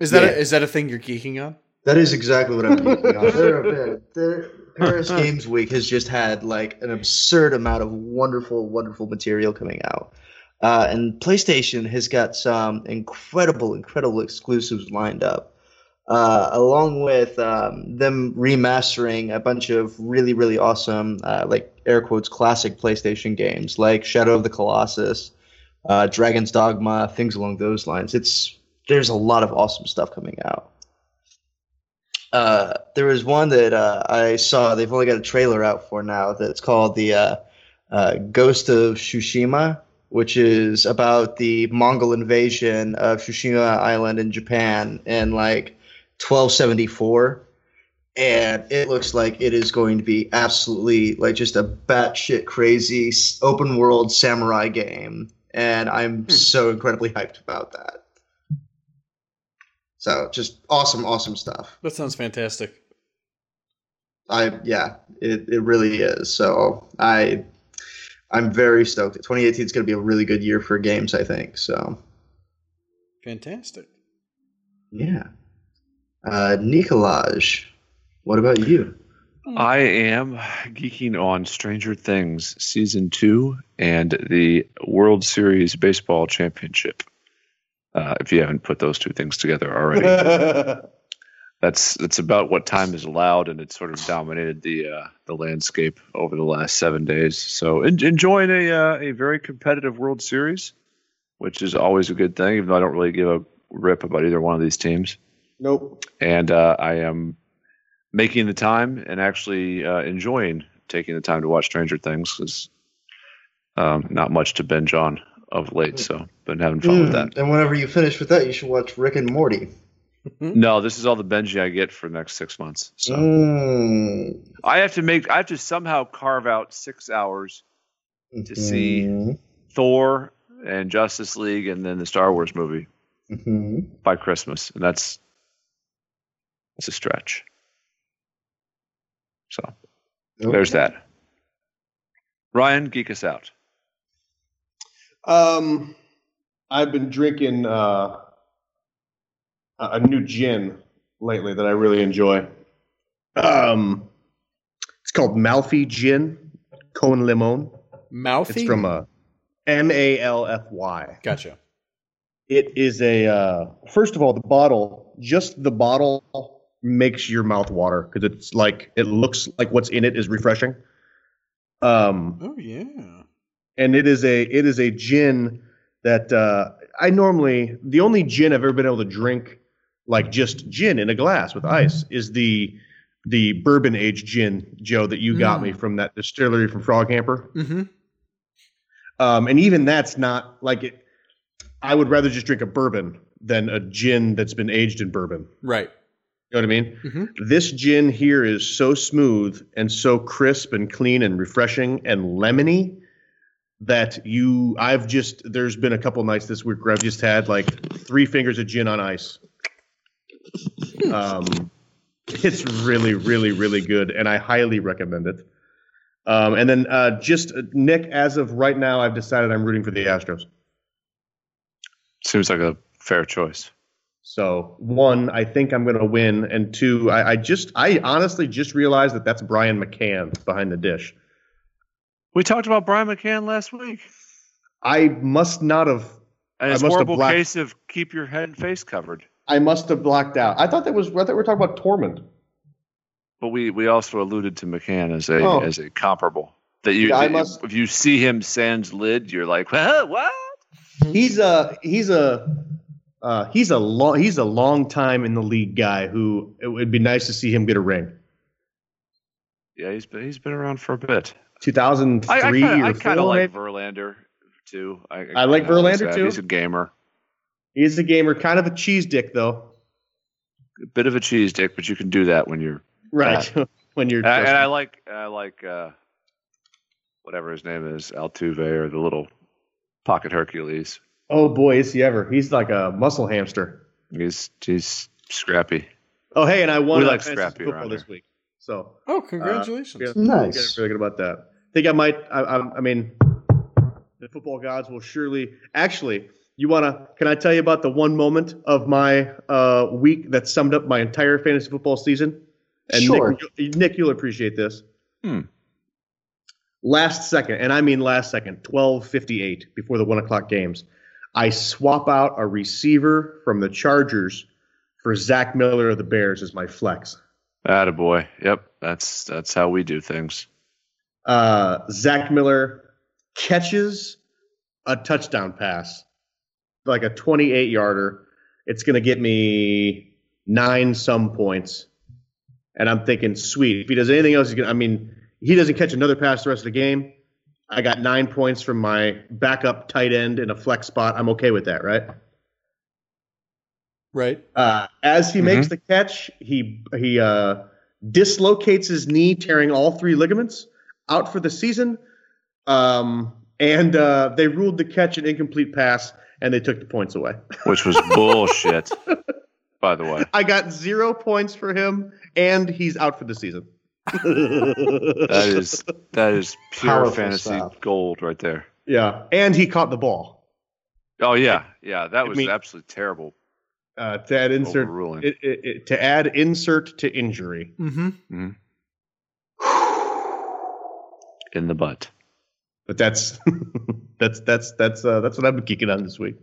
Speaker 7: Is that
Speaker 3: Yeah.
Speaker 7: a, is that a thing you're geeking on?
Speaker 3: that is exactly what I'm geeking on. There have been, there, <laughs> Paris Games Week has just had like an absurd amount of wonderful, wonderful material coming out. Uh, and PlayStation has got some incredible, incredible exclusives lined up, uh, along with um, them remastering a bunch of really, really awesome, uh, like air quotes, classic PlayStation games like Shadow of the Colossus, uh, Dragon's Dogma, things along those lines. It's there's a lot of awesome stuff coming out. Uh, there was one that uh, I saw. They've only got a trailer out for now. That's called the uh, uh, Ghost of Tsushima which is about the Mongol invasion of Tsushima Island in Japan in like 1274. And it looks like it is going to be absolutely like just a batshit crazy s- open world samurai game. And I'm so incredibly hyped about that. So just awesome, awesome stuff.
Speaker 7: That sounds fantastic.
Speaker 5: I yeah, it, it really is. So I I'm very stoked. 2018 is going to be a really good year for games, I think. So
Speaker 7: Fantastic.
Speaker 5: yeah, uh, Nicolaj, what about you?
Speaker 1: I am geeking on Stranger Things season two and the World Series baseball championship. Uh, if you haven't put those two things together
Speaker 6: <laughs>
Speaker 1: already, that's that's about what time is allowed, and it's sort of dominated the uh, the landscape over the last seven days. So en- enjoying a uh, a very competitive World Series, which is always a good thing. Even though I don't really give a rip about either one of these teams
Speaker 6: Nope.
Speaker 1: and uh, I am making the time and actually uh, enjoying taking the time to watch Stranger Things. 'cause, um, not much to binge on of late, so been having fun
Speaker 3: Hmm.
Speaker 1: with that.
Speaker 5: Hmm. And whenever you finish with that, you should watch Rick and Morty.
Speaker 1: No, this is all the binging I get for the next six months. So
Speaker 5: Mm.
Speaker 1: I have to make, I have to somehow carve out six hours to see
Speaker 5: Mhm.
Speaker 1: Thor and Justice League and then the Star Wars movie
Speaker 5: Mhm.
Speaker 1: by Christmas, and that's that's a stretch. So there's that. Ryan, geek us out.
Speaker 6: <laughs> Um, I've been drinking uh, a a new gin lately that I really enjoy. Um, it's called Malfi Gin Con Limon.
Speaker 7: Mouthy.
Speaker 6: It's from uh, M A L F Y.
Speaker 7: Gotcha.
Speaker 6: It is a uh, first of all the bottle. Just the bottle makes your mouth water because it's like it looks like what's in it is refreshing. Um,
Speaker 7: Oh yeah.
Speaker 6: and it is a it is a gin that uh, I normally the only gin I've ever been able to drink like just gin in a glass
Speaker 7: Mm-hmm.
Speaker 6: with ice is the the bourbon aged gin Joe that you got
Speaker 7: Mm.
Speaker 6: me from that distillery from Frog Hamper,
Speaker 7: Mm-hmm.
Speaker 6: um, and even that's not like it. I would rather just drink a bourbon than a gin that's been aged in bourbon.
Speaker 7: Right.
Speaker 6: You know what I mean?
Speaker 7: Mhm.
Speaker 6: This gin here is so smooth and so crisp and clean and refreshing and lemony that you I've just there's been a couple nights this week where I've just had like three fingers of gin on ice. Um it's really, really, really good, and I highly recommend it. Um, and then uh, just uh, Nick, as of right now, I've decided I'm rooting for the Astros.
Speaker 1: Seems like a fair choice.
Speaker 6: So one, I think I'm going to win, and two, I, I just, I honestly just realized that that's Brian McCann behind the dish.
Speaker 1: We talked about Brian McCann last week.
Speaker 6: I must not have,
Speaker 1: And
Speaker 6: I
Speaker 1: his
Speaker 6: must have
Speaker 1: horrible
Speaker 6: blacked-
Speaker 1: case of keep your head and face covered.
Speaker 6: I must have blacked out. I thought that was, I thought we were talking about Tormund.
Speaker 1: But we, we also alluded to McCann as a
Speaker 6: Oh.
Speaker 1: as a comparable. That you
Speaker 6: Yeah, I
Speaker 1: that
Speaker 6: must-
Speaker 1: if you see him sans lid, you're like, huh, what? Mm-hmm.
Speaker 6: He's a, he's a, uh, he's a long, he's a long time in the league guy who it would be nice to see him get a ring.
Speaker 1: Yeah, he's been he's been around for a bit. I, I
Speaker 6: 2003
Speaker 1: kinda- I
Speaker 6: or
Speaker 1: kind of
Speaker 6: 4.
Speaker 1: like
Speaker 6: maybe?
Speaker 1: Verlander too. I,
Speaker 6: I like
Speaker 1: kinda
Speaker 6: Verlander,
Speaker 1: that.
Speaker 6: too.
Speaker 1: He's a gamer,
Speaker 6: He's a gamer, kind of a cheese dick though.
Speaker 1: a bit of a cheese dick, but you can do that when you're.
Speaker 6: Right. <laughs> when you're
Speaker 1: And I, and I like I like uh, whatever his name is, Altuve or the little pocket Hercules.
Speaker 6: Oh boy, is he ever? He's like a muscle hamster.
Speaker 1: He's he's scrappy.
Speaker 6: Oh hey, and I won
Speaker 1: We
Speaker 6: uh,
Speaker 1: like
Speaker 6: fantasy
Speaker 1: scrappy
Speaker 6: football
Speaker 1: around
Speaker 6: this
Speaker 1: here.
Speaker 6: week. So Uh,
Speaker 7: Oh, congratulations.
Speaker 6: yeah.
Speaker 5: Nice.
Speaker 6: feeling good about that. I think I might. I, I, I mean, the football gods will surely. Actually, you wanna? Can I tell you about the one moment of my uh, week that summed up my entire fantasy football season? And
Speaker 5: Sure.
Speaker 6: Nick, you- Nick, you'll appreciate this.
Speaker 1: Hmm.
Speaker 6: Last second, and I mean last second, twelve fifty-eight before the one o'clock games. I swap out a receiver from the Chargers for Zach Miller of the Bears as my flex.
Speaker 1: Attaboy. Yep, that's that's how we do things.
Speaker 6: uh, Zach Miller catches a touchdown pass, like a 28 yarder. It's going to get me nine some points. And I'm thinking, sweet. If he does anything else, he's gonna, I mean, he doesn't catch another pass the rest of the game. I got nine points from my backup tight end in a flex spot. I'm okay with that, right?
Speaker 7: Right.
Speaker 6: Uh, as he
Speaker 1: Mhm.
Speaker 6: makes the catch, he he uh, dislocates his knee, tearing all three ligaments, out for the season. Um, and uh, they ruled the catch an incomplete pass, and they took the points away. <laughs>
Speaker 1: which was bullshit. By the way,
Speaker 6: I got zero points for him, and he's out for the season.
Speaker 1: That is that is pure
Speaker 5: Powerful
Speaker 1: fantasy
Speaker 5: stuff.
Speaker 1: gold right there.
Speaker 6: <laughs> yeah, and he caught the ball.
Speaker 1: Oh yeah, yeah. That was
Speaker 6: mean-
Speaker 1: absolutely terrible.
Speaker 6: Uh, to add insert
Speaker 1: Overruling.
Speaker 6: it, it, it, to add insert to injury.
Speaker 7: Mm-hmm.
Speaker 1: in the butt.
Speaker 6: But that's <laughs> that's that's that's uh, that's what I've been geeking on this week.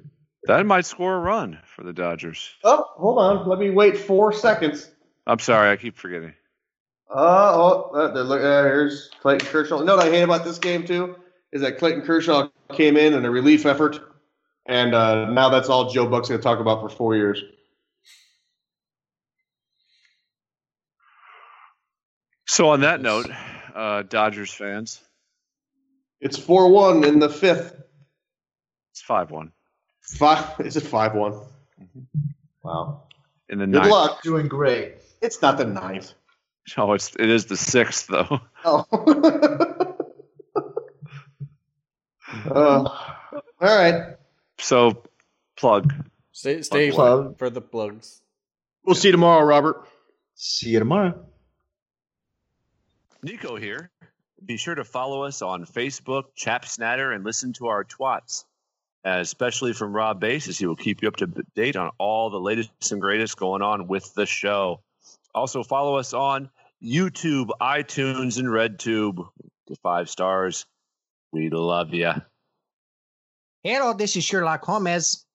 Speaker 1: That might score a run for the Dodgers.
Speaker 8: Oh, hold on. Let me wait four seconds.
Speaker 1: I'm sorry, I keep forgetting.
Speaker 8: Uh, oh, uh, they're look, uh, here's Clayton Kershaw. You know what I hate about this game, too? Is that Clayton Kershaw came in in a relief effort, and uh, now that's all Joe Buck's going to talk about for four years.
Speaker 1: So on that note, uh, Dodgers fans,
Speaker 8: It's 4 1 in the fifth.
Speaker 1: it's five one
Speaker 8: Five, <laughs> is it 5 1? Wow.
Speaker 1: in the
Speaker 8: Good
Speaker 1: ninth.
Speaker 8: luck.
Speaker 5: Doing great.
Speaker 8: It's not the ninth.
Speaker 1: Oh, it's it is the sixth though.
Speaker 8: Oh. <laughs> Uh, all right.
Speaker 1: So plug.
Speaker 7: Stay, stay
Speaker 5: Plug.
Speaker 7: for the plugs.
Speaker 6: We'll see you tomorrow, Robert.
Speaker 5: See you tomorrow.
Speaker 1: Nico here. Be sure to follow us on Facebook, Chap Snatter, and listen to our twats. Uh, especially from Rob Bass, as he will keep you up to date on all the latest and greatest going on with the show. Also, follow us on YouTube, iTunes, and RedTube. The five stars. We love you.
Speaker 2: Hello, this is Sherlock Holmes.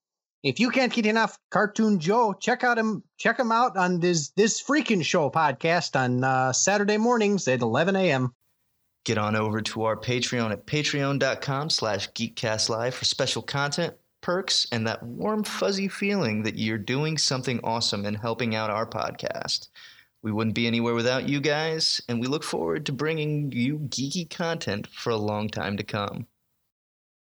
Speaker 2: If you can't get enough Cartoon Joe, check out him. Check him out on this this freaking show podcast on uh, Saturday mornings at 11 a.m.
Speaker 3: Get on over to our Patreon at patreon.com slash geekcastlive for special content, perks, and that warm fuzzy feeling that you're doing something awesome and helping out our podcast. We wouldn't be anywhere without you guys, and we look forward to bringing you geeky content for a long time to come.